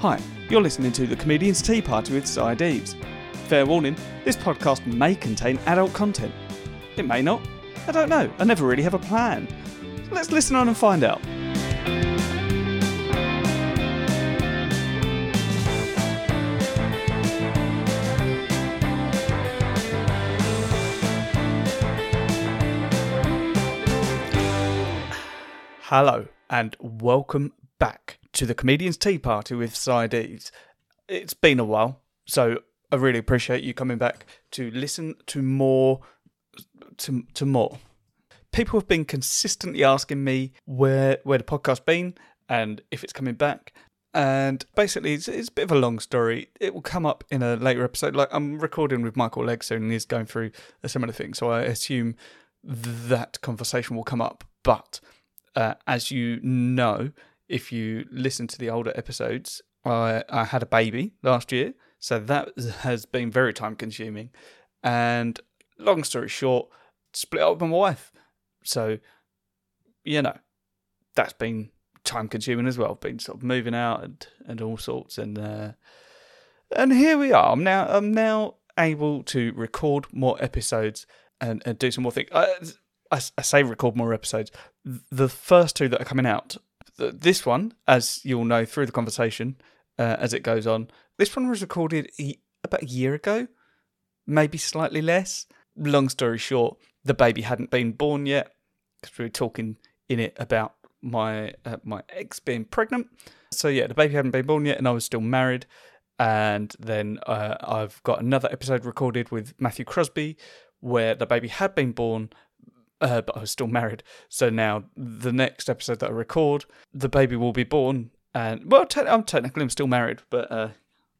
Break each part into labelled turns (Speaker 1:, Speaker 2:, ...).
Speaker 1: Hi, you're listening to The Comedian's Tea Party with Cy Deeves. Fair warning, this podcast may contain adult content. It may not. I don't know. I never really have a plan. So let's listen on and find out. Hello, and welcome back to the Comedian's Tea Party with Cy Dees. It's been a while, so I really appreciate you coming back to listen to more. To, to more. People have been consistently asking me where where the podcast's been and if it's coming back. And basically, it's, it's a bit of a long story. It will come up in a later episode. Like I'm recording with Michael Legg soon, and he's going through a similar thing. So I assume that conversation will come up. But uh, as you know, if you listen to the older episodes, I, I had a baby last year, so that has been very time consuming. And long story short, split up with my wife. So, you know, that's been time consuming as well. Been sort of moving out and, and all sorts. And uh, and here we are. I'm now I'm now able to record more episodes and, and do some more things. I, I, I say record more episodes. The first two that are coming out th- this one, as you'll know through the conversation uh, as it goes on, this one was recorded e- about a year ago, maybe slightly less. Long story short, the baby hadn't been born yet because we were talking in it about my uh, my ex being pregnant. So yeah, the baby hadn't been born yet, and I was still married. And then uh, I've got another episode recorded with Matthew Crosby, where the baby had been born, uh, but I was still married. So now the next episode that I record, the baby will be born, and well, te- I'm technically I'm still married, but uh,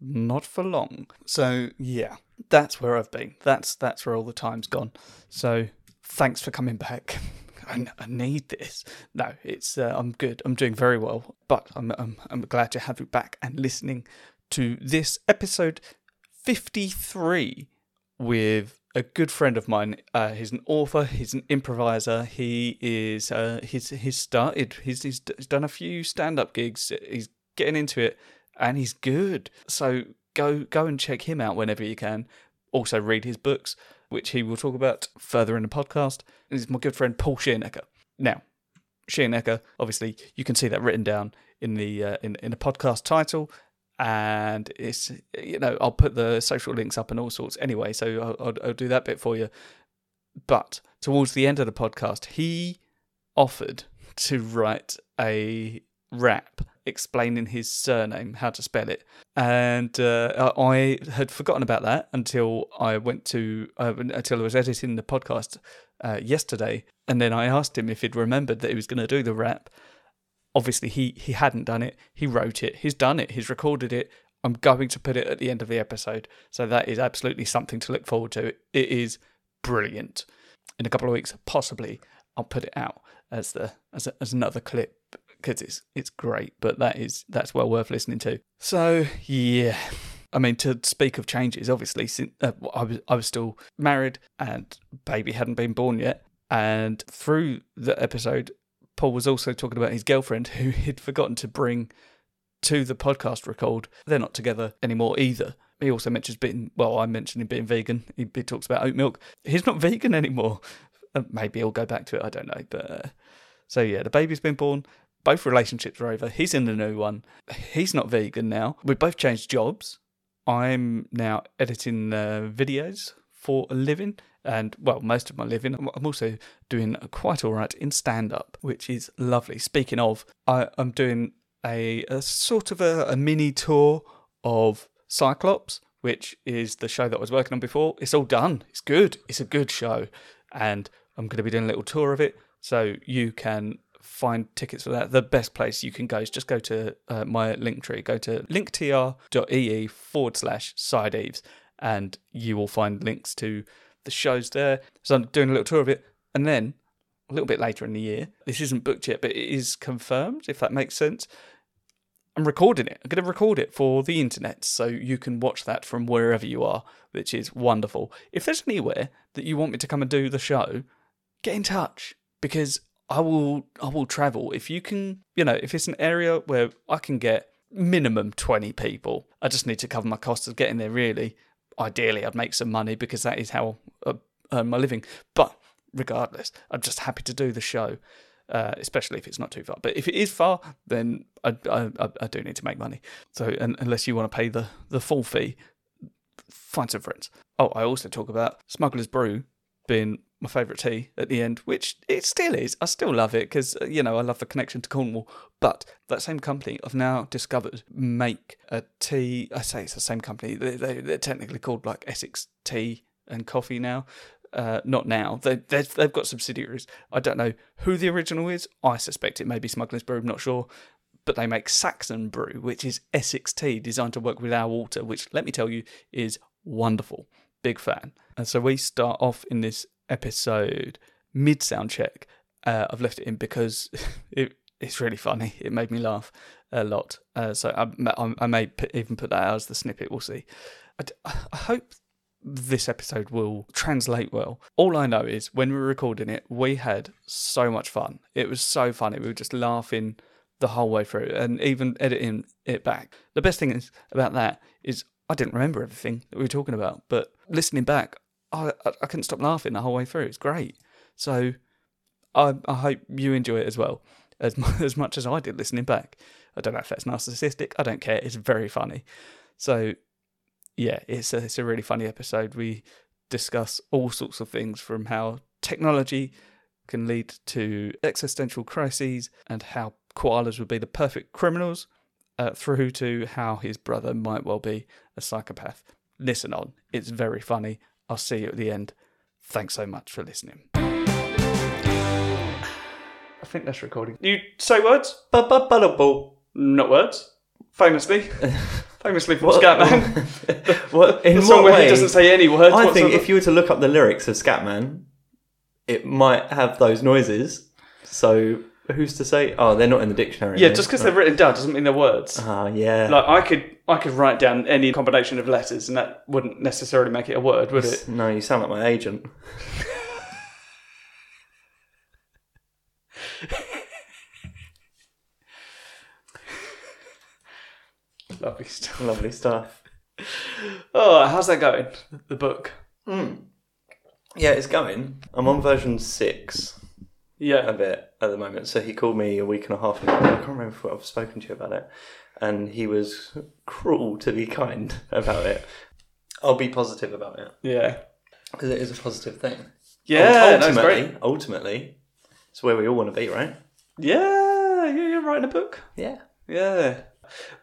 Speaker 1: not for long. So yeah, that's where I've been. That's that's where all the time's gone. So thanks for coming back. I, n- I need this. No, it's uh, I'm good. I'm doing very well, but I'm, I'm I'm glad to have you back and listening to this episode 53 with a good friend of mine. Uh, he's an author. He's an improviser. He is. Uh, he's he's started. He's he's, d- he's done a few stand up gigs. He's getting into it, and he's good. So go go and check him out whenever you can. Also read his books, which he will talk about further in the podcast. And he's my good friend Paul Sheernecker. Now, Sheernecker, obviously, you can see that written down in the uh, in in the podcast title and it's you know I'll put the social links up and all sorts anyway, so I'll, I'll, I'll do that bit for you. But towards the end of the podcast, he offered to write a rap explaining his surname, how to spell it, and uh, I I had forgotten about that until I went to uh, until I was editing the podcast uh, yesterday, and then I asked him if he'd remembered that he was going to do the rap, obviously he he hadn't done it he wrote it he's done it he's recorded it i'm going to put it at the end of the episode so that is absolutely something to look forward to it is brilliant in a couple of weeks possibly i'll put it out as the as, a, as another clip because it's it's great but that is that's well worth listening to so yeah I mean, to speak of changes, obviously, since, uh, I was I was still married and baby hadn't been born yet. And through the episode, Paul was also talking about his girlfriend who he'd forgotten to bring to the podcast record. They're not together anymore either. He also mentions being, well, I mentioned him being vegan. He, he talks about oat milk. He's not vegan anymore. Uh, Maybe he'll go back to it. I don't know. But uh, so yeah, the baby's been born. Both relationships are over. He's in the new one. He's not vegan now. We both changed jobs. I'm now editing uh, videos for a living, and well, most of my living. I'm- I'm also doing quite all right in stand up, which is lovely. Speaking of, I, I'm doing a, a sort of a, a mini tour of Cyclops, which is the show that I was working on before. It's all done. It's good. It's a good show, and I'm going to be doing a little tour of it, so you can find tickets for that, the best place you can go is just go to uh, my link tree. Go to linktr.ee forward slash side eaves, and you will find links to the shows there. So I'm doing a little tour of it. And then a little bit later in the year, this isn't booked yet, but it is confirmed, if that makes sense. I'm recording it. I'm going to record it for the internet so you can watch that from wherever you are, which is wonderful. If there's anywhere that you want me to come and do the show, get in touch because I will I will travel if you can you know if it's an area where I can get minimum 20 people. I just need to cover my costs of getting there, really. Ideally, I'd make some money because that is how I earn my living. But regardless, I'm just happy to do the show, uh, especially if it's not too far. But if it is far, then I, I, I- I do need to make money. So un unless you want to pay the, the full fee, find some friends. Oh, I also talk about Smuggler's Brew being my favourite tea at the end, which it still is. I still love it because, you know, I love the connection to Cornwall. But that same company I've now discovered make a tea. I say it's the same company. They, they, they're technically called like Essex Tea and Coffee now. Uh, not now. They, they've, they've got subsidiaries. I don't know who the original is. I suspect it may be Smuggler's Brew. I'm not sure but they make Saxon Brew, which is Essex tea designed to work with our water, which, let me tell you, is wonderful. Big fan. And so we start off in this episode mid sound check. Uh, I've left it in because it, it's really funny. It made me laugh a lot. Uh, so I, I, I may p- even put that out as the snippet. We'll see. I, d- I hope this episode will translate well. All I know is when we were recording it, we had so much fun. It was so funny. We were just laughing the whole way through and even editing it back. The best thing is about that is I didn't remember everything that we were talking about, but listening back, I, I, I couldn't stop laughing the whole way through. It's great. So I, I hope you enjoy it as well as, mu- as much as I did listening back. I don't know if that's narcissistic. I don't care. It's very funny. So yeah, it's a, it's a really funny episode. We discuss all sorts of things from how technology can lead to existential crises and how koalas would be the perfect criminals, uh, through to how his brother might well be a psychopath. Listen on, it's very funny. I'll see you at the end. Thanks so much for listening. I think that's recording. You say words? Ba-ba-ba-da-ball. Not words. Famously. Famously from Scatman.
Speaker 2: what, in
Speaker 1: The song
Speaker 2: what
Speaker 1: where
Speaker 2: way?
Speaker 1: he doesn't say any words.
Speaker 2: I think if you were to look up the lyrics of Scatman, it might have those noises. So who's to say? Oh, they're not in the dictionary.
Speaker 1: yeah,
Speaker 2: no.
Speaker 1: just because they're written down doesn't mean they're words.
Speaker 2: Ah, yeah.
Speaker 1: Like I could, I could write down any combination of letters, and that wouldn't necessarily make it a word, would it?
Speaker 2: no, you sound like my agent.
Speaker 1: Lovely stuff.
Speaker 2: Lovely stuff.
Speaker 1: Oh, how's that going? The book.
Speaker 2: Yeah, it's going. I'm on version six
Speaker 1: Yeah.
Speaker 2: of it at the moment. So he called me a week and a half ago. I can't remember if I've spoken to you about it. And he was cruel to be kind about it. I'll be positive about it
Speaker 1: Yeah.
Speaker 2: because it is a positive thing.
Speaker 1: Yeah. That's
Speaker 2: ultimately,
Speaker 1: great.
Speaker 2: ultimately, it's where we all want to be, right?
Speaker 1: Yeah. Yeah. You're writing a book.
Speaker 2: Yeah.
Speaker 1: Yeah.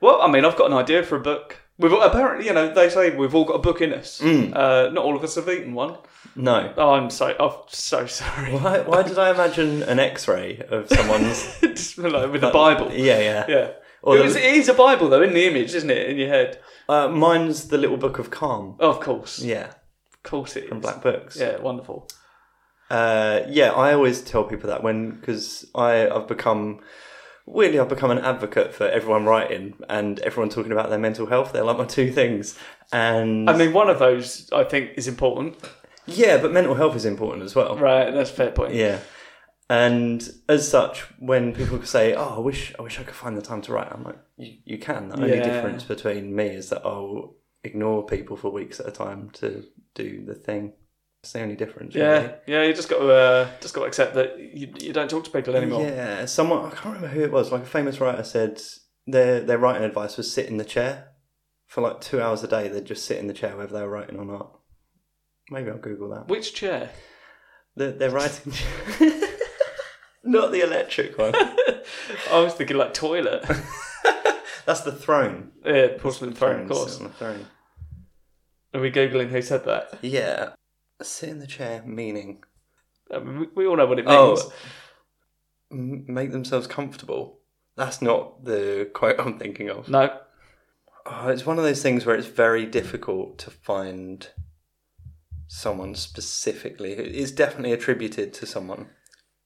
Speaker 1: Well, I mean, I've got an idea for a book. We've all- apparently, you know, they say we've all got a book in us.
Speaker 2: Mm.
Speaker 1: Uh, not all of us have eaten one.
Speaker 2: No.
Speaker 1: Oh, I'm so, I'm so sorry.
Speaker 2: Why, why did I imagine an X-ray of someone's
Speaker 1: Just like with the Bible.
Speaker 2: Yeah, yeah.
Speaker 1: Yeah.
Speaker 2: Or
Speaker 1: it,
Speaker 2: the-
Speaker 1: was, it is a Bible, though, in the image, isn't it? In your head. Oh,
Speaker 2: Uh, mine's the Little Book of Calm.
Speaker 1: Of course.
Speaker 2: Yeah,
Speaker 1: Of course it is.
Speaker 2: from Black Books.
Speaker 1: Yeah, wonderful.
Speaker 2: Uh, yeah, I always tell people that when because I I've become weirdly I've become an advocate for everyone writing and everyone talking about their mental health. They're like my two things, and
Speaker 1: I mean, one of those, I think, is important.
Speaker 2: yeah, but mental health is important as well.
Speaker 1: Right, that's a fair point.
Speaker 2: Yeah. And as such, when people say, "Oh, I wish, I wish I could find the time to write," I'm like, "You, you can." The only
Speaker 1: Yeah.
Speaker 2: difference between me is that I'll ignore people for weeks at a time to do the thing. It's the only difference.
Speaker 1: Yeah, yeah, you just got to uh, just got to accept that you, you don't talk to people
Speaker 2: really.
Speaker 1: anymore.
Speaker 2: Yeah. Someone I can't remember who it was. Like a famous writer said, their their writing advice was sit in the chair for like two hours a day. They'd just sit in the chair whether they were writing or not. Maybe I'll Google that.
Speaker 1: Which chair?
Speaker 2: They're, they're writing. Not the electric one.
Speaker 1: I was thinking like toilet,
Speaker 2: That's the throne.
Speaker 1: yeah, porcelain throne, of course.
Speaker 2: sit on the throne.
Speaker 1: Are we googling who said that?
Speaker 2: Yeah. Sit in the chair, meaning.
Speaker 1: I mean, we, we all know what it
Speaker 2: Oh.
Speaker 1: means.
Speaker 2: M- make themselves comfortable. That's not the quote I'm thinking of.
Speaker 1: No,
Speaker 2: Oh, it's one of those things where it's very difficult to find someone specifically. It's definitely attributed to someone,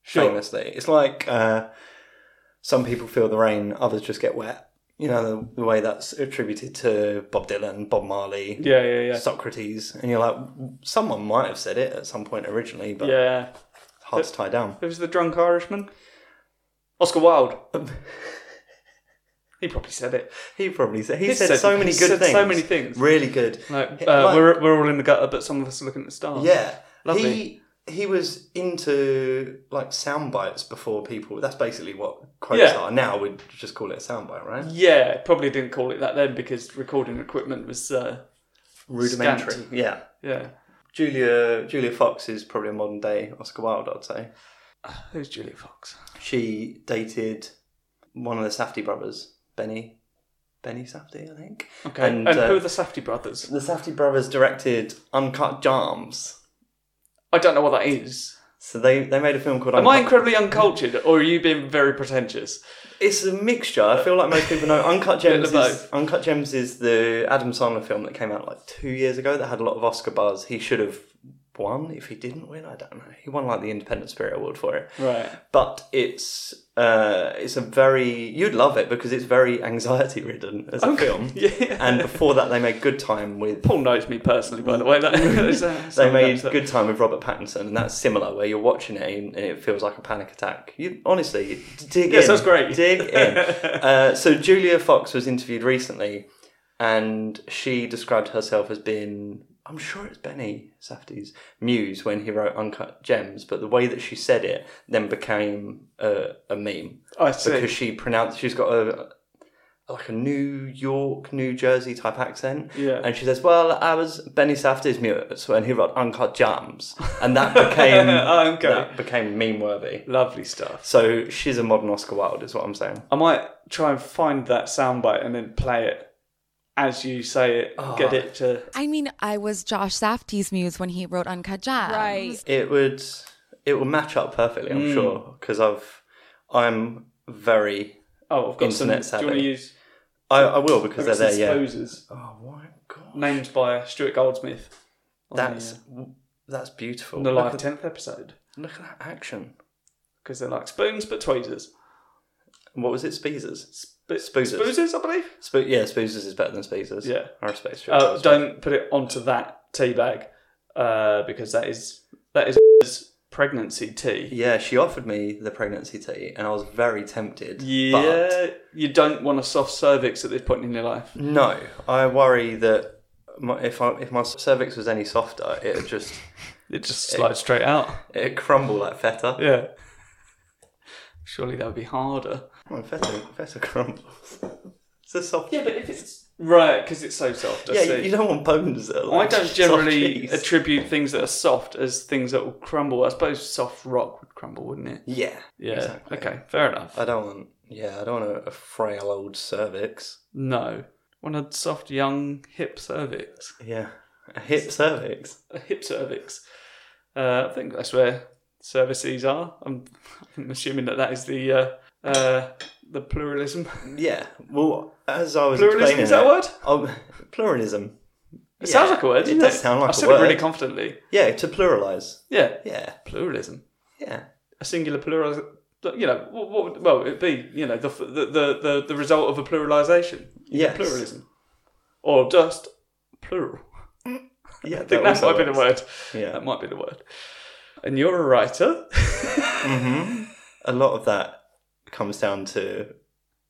Speaker 1: sure.
Speaker 2: famously. It's like uh, some people feel the rain, others just get wet. You know, the, the way that's attributed to Bob Dylan, Bob Marley,
Speaker 1: Yeah, yeah, yeah,
Speaker 2: Socrates, and you're like, someone might have said it at some point originally, but
Speaker 1: yeah.
Speaker 2: hard to tie down. Um.
Speaker 1: Who's the drunk Irishman? Oscar Wilde. He probably said it.
Speaker 2: He probably said he
Speaker 1: He's
Speaker 2: said,
Speaker 1: said-
Speaker 2: so many
Speaker 1: he's
Speaker 2: good
Speaker 1: said
Speaker 2: things.
Speaker 1: so many things.
Speaker 2: Really good.
Speaker 1: Like,
Speaker 2: He-
Speaker 1: uh,
Speaker 2: like-
Speaker 1: we're we're all in the gutter, but some of us are looking at the stars.
Speaker 2: Yeah.
Speaker 1: Lovely.
Speaker 2: He he was into like sound bites before people. That's basically what quotes
Speaker 1: Yeah.
Speaker 2: are now. We'd just call it a soundbite, right?
Speaker 1: yeah. Probably didn't call it that then because recording equipment was uh,
Speaker 2: Rudimentary.
Speaker 1: Scant.
Speaker 2: Yeah.
Speaker 1: yeah.
Speaker 2: Julia Julia Fox is probably a modern day Oscar Wilde, I'd say.
Speaker 1: Who's Julia Fox?
Speaker 2: She dated one of the Safdie brothers, Benny Benny Safdie, I think.
Speaker 1: Okay, and,
Speaker 2: And, uh,
Speaker 1: who are the Safety brothers?
Speaker 2: The Safdie brothers directed Uncut Jams.
Speaker 1: I don't know what that is.
Speaker 2: So they, they made a film called
Speaker 1: Am I
Speaker 2: Uncut
Speaker 1: incredibly uncultured, or are you being very pretentious?
Speaker 2: It's a mixture. I feel like most people know Uncut
Speaker 1: Bit
Speaker 2: Gems.
Speaker 1: of
Speaker 2: Is, Uncut Gems is the Adam Sandler film that came out like two years ago that had a lot of Oscar buzz. He should have won if he didn't win. I don't know. He won like the Independent Spirit Award for it.
Speaker 1: Right.
Speaker 2: But it's uh, it's a very you'd love it because it's very anxiety ridden as a film.
Speaker 1: Yeah.
Speaker 2: And before that, they made Good Time with
Speaker 1: Paul knows me personally, by the way. That,
Speaker 2: they made Good Time with Robert Pattinson, and that's similar where you're watching it and it feels like a panic attack. You honestly dig
Speaker 1: Yeah,
Speaker 2: in.
Speaker 1: sounds great.
Speaker 2: Dig in. uh, so Julia Fox was interviewed recently, and she described herself as being. I'm sure it's Benny Safdie's muse when he wrote Uncut Gems, but the way that she said it then became a, a meme
Speaker 1: I see.
Speaker 2: because she pronounced she's got a like a New York, New Jersey type accent.
Speaker 1: Yeah.
Speaker 2: And she says, Well, I was Benny Safdie's muse when he wrote Uncut Jams. And that became
Speaker 1: Oh, okay.
Speaker 2: that became meme worthy.
Speaker 1: Lovely stuff.
Speaker 2: So she's a modern Oscar Wilde is what I'm saying.
Speaker 1: I might try and find that soundbite and then play it as you say it. Get it to.
Speaker 3: I mean, I was Josh Safdie's muse when he wrote Uncut Gems.
Speaker 4: Right.
Speaker 2: It would it will match up perfectly,
Speaker 1: Mm.
Speaker 2: I'm sure. Because I've I'm very
Speaker 1: Oh, I've got
Speaker 2: Internet
Speaker 1: some. Do you want
Speaker 2: savvy.
Speaker 1: to use
Speaker 2: I, I will because
Speaker 1: I've
Speaker 2: they're
Speaker 1: got
Speaker 2: there,
Speaker 1: some
Speaker 2: yeah.
Speaker 1: posers
Speaker 2: Oh my god.
Speaker 1: named by Stuart Goldsmith on the,
Speaker 2: That's
Speaker 1: uh,
Speaker 2: that's beautiful.
Speaker 1: on the
Speaker 2: look,
Speaker 1: live
Speaker 2: at,
Speaker 1: tenth episode
Speaker 2: look at that action.
Speaker 1: because they're like spoons but tweezers.
Speaker 2: What was it? Speezers.
Speaker 1: But
Speaker 2: Spoozers.
Speaker 1: spoozers, I believe.
Speaker 2: Sp- yeah, Spoozers is better than Speezers.
Speaker 1: Yeah.
Speaker 2: I respect Spoozers.
Speaker 1: Uh, don't put it onto that tea bag uh, because that is that is pregnancy tea.
Speaker 2: Yeah, she offered me the pregnancy tea, and I was very tempted. But
Speaker 1: Yeah, you don't want a soft cervix at this point in your life.
Speaker 2: no, I worry that my, if I, if my cervix was any softer, it would just
Speaker 1: It just slides straight out.
Speaker 2: it'd crumble like feta.
Speaker 1: Yeah. Surely that would be harder.
Speaker 2: Come on, feta, feta crumbles. It's a soft.
Speaker 1: Yeah, but if it's right because it's so soft. I
Speaker 2: Yeah,
Speaker 1: see.
Speaker 2: you, you don't want bones that are
Speaker 1: I
Speaker 2: like
Speaker 1: don't
Speaker 2: soft
Speaker 1: generally
Speaker 2: cheese.
Speaker 1: attribute things that are soft as things that will crumble. I suppose soft rock would crumble, wouldn't it?
Speaker 2: yeah,
Speaker 1: Yeah.
Speaker 2: exactly.
Speaker 1: Okay. Fair enough.
Speaker 2: I don't want. Yeah, I don't want a, a frail old cervix.
Speaker 1: No. Want a soft, young, hip cervix.
Speaker 2: Yeah, a hip cervix.
Speaker 1: a hip cervix. Uh, I think that's where cervices are. I'm, I'm assuming that that is the uh, uh, the pluralism.
Speaker 2: Yeah. Well, as I was
Speaker 1: Pluralism
Speaker 2: explaining
Speaker 1: is that a
Speaker 2: it-
Speaker 1: word?
Speaker 2: Oh, pluralism.
Speaker 1: It sounds like a word. doesn't
Speaker 2: it does sound like
Speaker 1: I
Speaker 2: a
Speaker 1: said it really
Speaker 2: word.
Speaker 1: confidently.
Speaker 2: Yeah, to pluralize.
Speaker 1: Yeah,
Speaker 2: Yeah,
Speaker 1: pluralism.
Speaker 2: yeah.
Speaker 1: A singular pluralism. You know, what, what would, well, it'd be you know the f- the the, the, the result of a pluralization.
Speaker 2: Yes.
Speaker 1: Pluralism, or just plural.
Speaker 2: Yeah,
Speaker 1: I think that, might be the word.
Speaker 2: Yeah.
Speaker 1: That might be the word. And you're a writer.
Speaker 2: A lot of that comes down to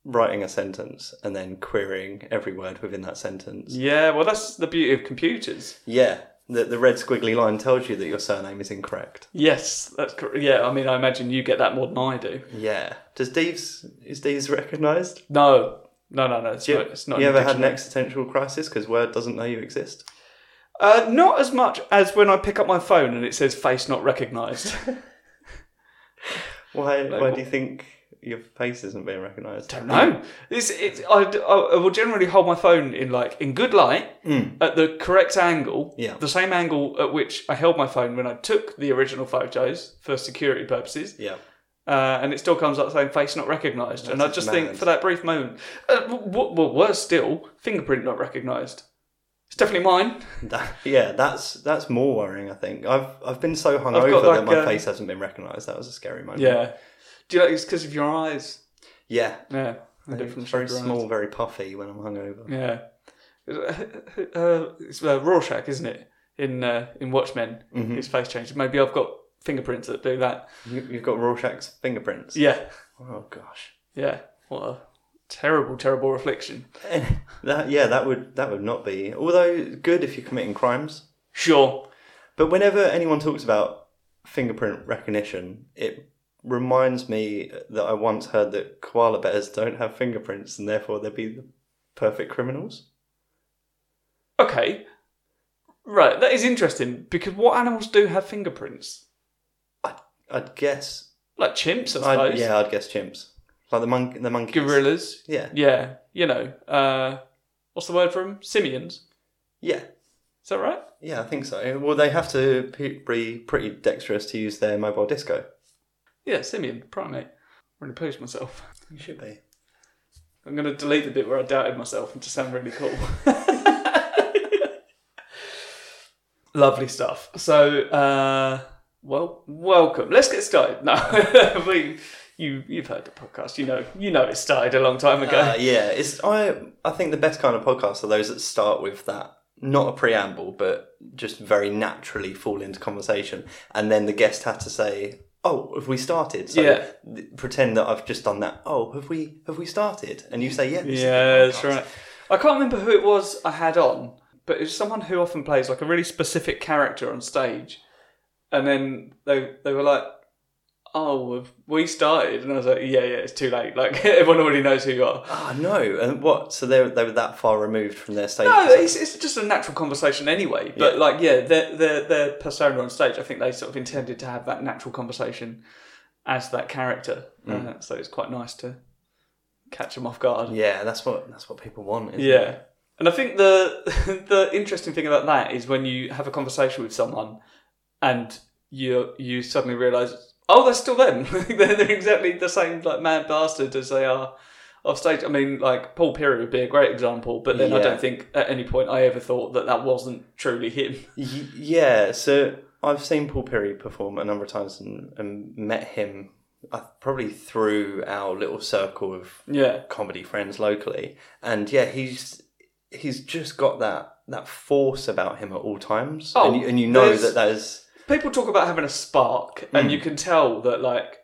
Speaker 2: writing a sentence and then querying every word within that sentence.
Speaker 1: yeah. Well, that's the beauty of computers.
Speaker 2: Yeah, the, the red squiggly line tells you that your surname is incorrect.
Speaker 1: Yes, that's correct. Yeah, I mean, I imagine you get that more than I do.
Speaker 2: Yeah. Does Deeves, is Deeves recognised?
Speaker 1: No, no, no, no. It's
Speaker 2: Do you,
Speaker 1: not. It's not
Speaker 2: you
Speaker 1: in
Speaker 2: ever
Speaker 1: the
Speaker 2: had an
Speaker 1: dictionary.
Speaker 2: existential crisis because Word doesn't know you exist?
Speaker 1: Uh, not as much as when I pick up my phone and it says "face not recognised."
Speaker 2: Why, why do you think your face isn't being recognised?
Speaker 1: no, it's, it's, I, I will generally hold my phone in like in good light at the correct angle,
Speaker 2: Yeah.
Speaker 1: the same angle at which I held my phone when I took the original photos for security purposes.
Speaker 2: Yeah.
Speaker 1: uh, and it still comes up saying face not recognised. And I just think
Speaker 2: mad.
Speaker 1: for that brief moment, uh, w- w- well, worse still, fingerprint not recognised. It's definitely mine.
Speaker 2: That, yeah, that's that's more worrying. I think I've I've been so hungover
Speaker 1: got like
Speaker 2: that my
Speaker 1: a-
Speaker 2: face hasn't been recognised. That was a scary moment.
Speaker 1: Yeah. Do you know it's because of your eyes?
Speaker 2: yeah.
Speaker 1: Yeah. the different
Speaker 2: It's very
Speaker 1: shape of your
Speaker 2: small,
Speaker 1: eyes.
Speaker 2: very puffy when I'm hungover.
Speaker 1: Yeah. Uh, it's uh, Rorschach, isn't it? In uh, in Watchmen, his face changes. Maybe I've got fingerprints that do that.
Speaker 2: You, you've got Rorschach's fingerprints.
Speaker 1: Yeah.
Speaker 2: Oh gosh.
Speaker 1: Yeah. What a terrible, terrible reflection.
Speaker 2: That yeah, that would that would not be. Although good if you're committing crimes.
Speaker 1: Sure.
Speaker 2: But whenever anyone talks about fingerprint recognition, it reminds me that I once heard that koala bears don't have fingerprints and therefore they'd be the perfect criminals.
Speaker 1: Okay. Right, that is interesting because what animals do have fingerprints?
Speaker 2: I'd, I'd guess.
Speaker 1: Like chimps, I suppose.
Speaker 2: I'd, yeah, I'd guess chimps. Like the mon- the monkeys.
Speaker 1: Gorillas.
Speaker 2: Yeah.
Speaker 1: Yeah. You know, uh, what's the word for them? Simians.
Speaker 2: Yeah.
Speaker 1: Is that right?
Speaker 2: Yeah, I think so. Well, they have to pe- be pretty dexterous to use their mobile disco.
Speaker 1: Yeah, simian, primate. I'm going to post myself.
Speaker 2: You should be.
Speaker 1: I'm going to delete the bit where I doubted myself and to sound really cool. Lovely stuff. So, uh, well, welcome. Let's get started. No, we, you, you've heard the podcast. You know, you know it started a long time ago.
Speaker 2: Uh, yeah, it's I. I think the best kind of podcasts are those that start with that, not a preamble, but just very naturally fall into conversation, and then the guest had to say, "Oh, have we started?" So
Speaker 1: Yeah.
Speaker 2: th- pretend that I've just done that. Oh, have we? Have we started? And you say, "Yeah." this is the
Speaker 1: yeah, that's
Speaker 2: podcast."
Speaker 1: right. I can't remember who it was I had on, but it was someone who often plays like a really specific character on stage. And then they they were like, "Oh, have we started," and I was like, "Yeah, yeah, it's too late. Like everyone already knows who you are."
Speaker 2: Ah, no. And what? So they they were that far removed from their stage.
Speaker 1: No,
Speaker 2: persona.
Speaker 1: it's, it's just a natural conversation anyway. But like, Oh, yeah, their, their their persona on stage, I think they sort of intended to have that natural conversation as that character. Uh, so it's quite nice to catch them off guard.
Speaker 2: yeah, that's what that's what people want. Isn't it?
Speaker 1: Yeah. And I think the the interesting thing about that is when you have a conversation with someone and you you suddenly realise, oh, they're still them. they're, they're exactly the same like mad bastard as they are off stage. I mean, like Paul Perry would be a great example, but then I
Speaker 2: Yeah.
Speaker 1: don't think at any point I ever thought that that wasn't truly him.
Speaker 2: Y- yeah, so I've seen Paul Perry perform a number of times and, and met him uh, probably through our little circle of
Speaker 1: Yeah.
Speaker 2: comedy friends locally, and yeah, he's he's just got that that force about him at all times,
Speaker 1: Oh,
Speaker 2: and, you, and you know
Speaker 1: there's-
Speaker 2: that that is
Speaker 1: people talk about having a spark, and you can tell that like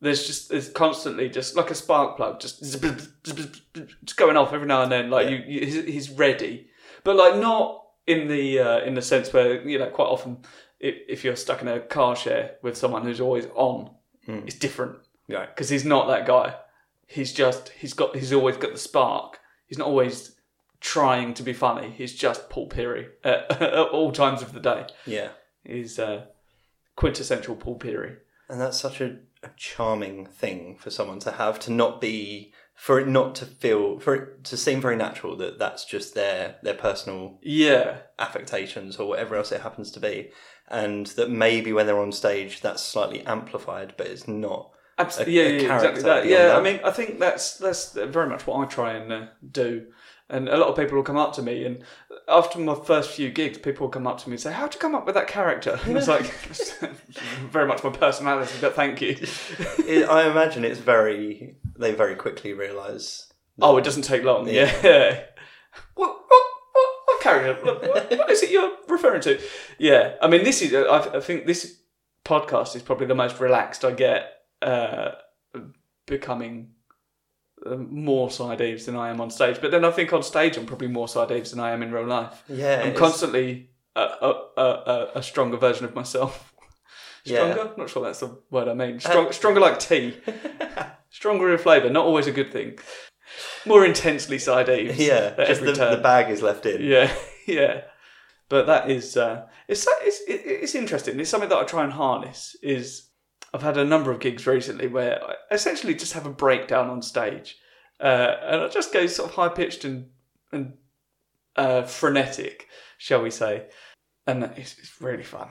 Speaker 1: there's just there's constantly just like a spark plug just, just going off every now and then. Like you, you, he's- he's ready, but like not in the uh, in the sense where you know quite often if, if you're stuck in a car share with someone who's always on, it's different
Speaker 2: yeah
Speaker 1: because he's not that guy. He's just he's got he's always got the spark. He's not always trying to be funny. He's just Paul Perry at, at all times of the day
Speaker 2: yeah,
Speaker 1: is uh, quintessential Paul Peary.
Speaker 2: and that's such a, a charming thing for someone to have to not be for it not to feel for it to seem very natural that that's just their their personal
Speaker 1: Yeah,
Speaker 2: affectations or whatever else it happens to be, and that maybe when they're on stage that's slightly amplified, but it's not.
Speaker 1: absolutely.
Speaker 2: A-
Speaker 1: Yeah,
Speaker 2: a
Speaker 1: yeah,
Speaker 2: character
Speaker 1: exactly that.
Speaker 2: beyond
Speaker 1: Yeah,
Speaker 2: that.
Speaker 1: I mean, I think that's that's very much what I try and uh, do. And a lot of people will come up to me, and after my first few gigs, people will come up to me and say, "How'd you come up with that character?" And it's like, very much my personality, but thank you.
Speaker 2: It, I imagine it's very. They very quickly realise.
Speaker 1: Oh, it doesn't take long. Yeah. what, what, what, what character? What, what- what is it you're referring to? Yeah. I mean, this is. I, I think this podcast is probably the most relaxed I get. Uh, becoming uh, more side Eves than I am on stage, but then I think on stage I'm probably more side Eves than I am in real life.
Speaker 2: Yeah,
Speaker 1: I'm
Speaker 2: it's-
Speaker 1: constantly a, a, a, a- a stronger version of myself.
Speaker 2: Yeah. Uh,
Speaker 1: Stronger? Not sure that's the word I mean. Strong, stronger like tea. stronger in flavour, not always a good thing. More intensely side Eves.
Speaker 2: Yeah,
Speaker 1: at
Speaker 2: just
Speaker 1: every
Speaker 2: the,
Speaker 1: turn.
Speaker 2: the bag is left in.
Speaker 1: Yeah, yeah. But that is uh, it's so- it's it- it's interesting. It's something that I try and harness. Is I've had a number of gigs recently where I essentially just have a breakdown on stage, uh, and I just go sort of high pitched and and uh, frenetic, shall we say? And it's, it's really fun.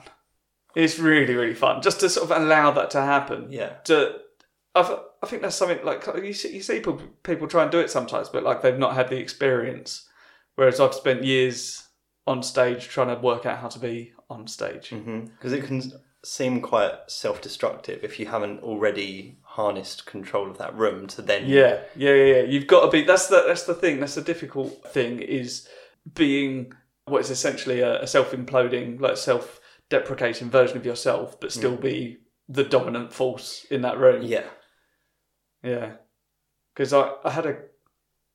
Speaker 1: It's really really fun just to sort of allow that to happen
Speaker 2: Yeah.
Speaker 1: to I've, I think that's something like you see, you see people, people try and do it sometimes, but like they've not had the experience. Whereas I've spent years on stage trying to work out how to be on stage.
Speaker 2: because Mm-hmm. it can seem quite self-destructive if you haven't already harnessed control of that room to then.
Speaker 1: Yeah, yeah, yeah, yeah. You've got to be. That's the that's the thing. That's the difficult thing is being what is essentially a, a self imploding, like self deprecating version of yourself, but still be the dominant force in that room.
Speaker 2: Yeah.
Speaker 1: Yeah. Because I, I had a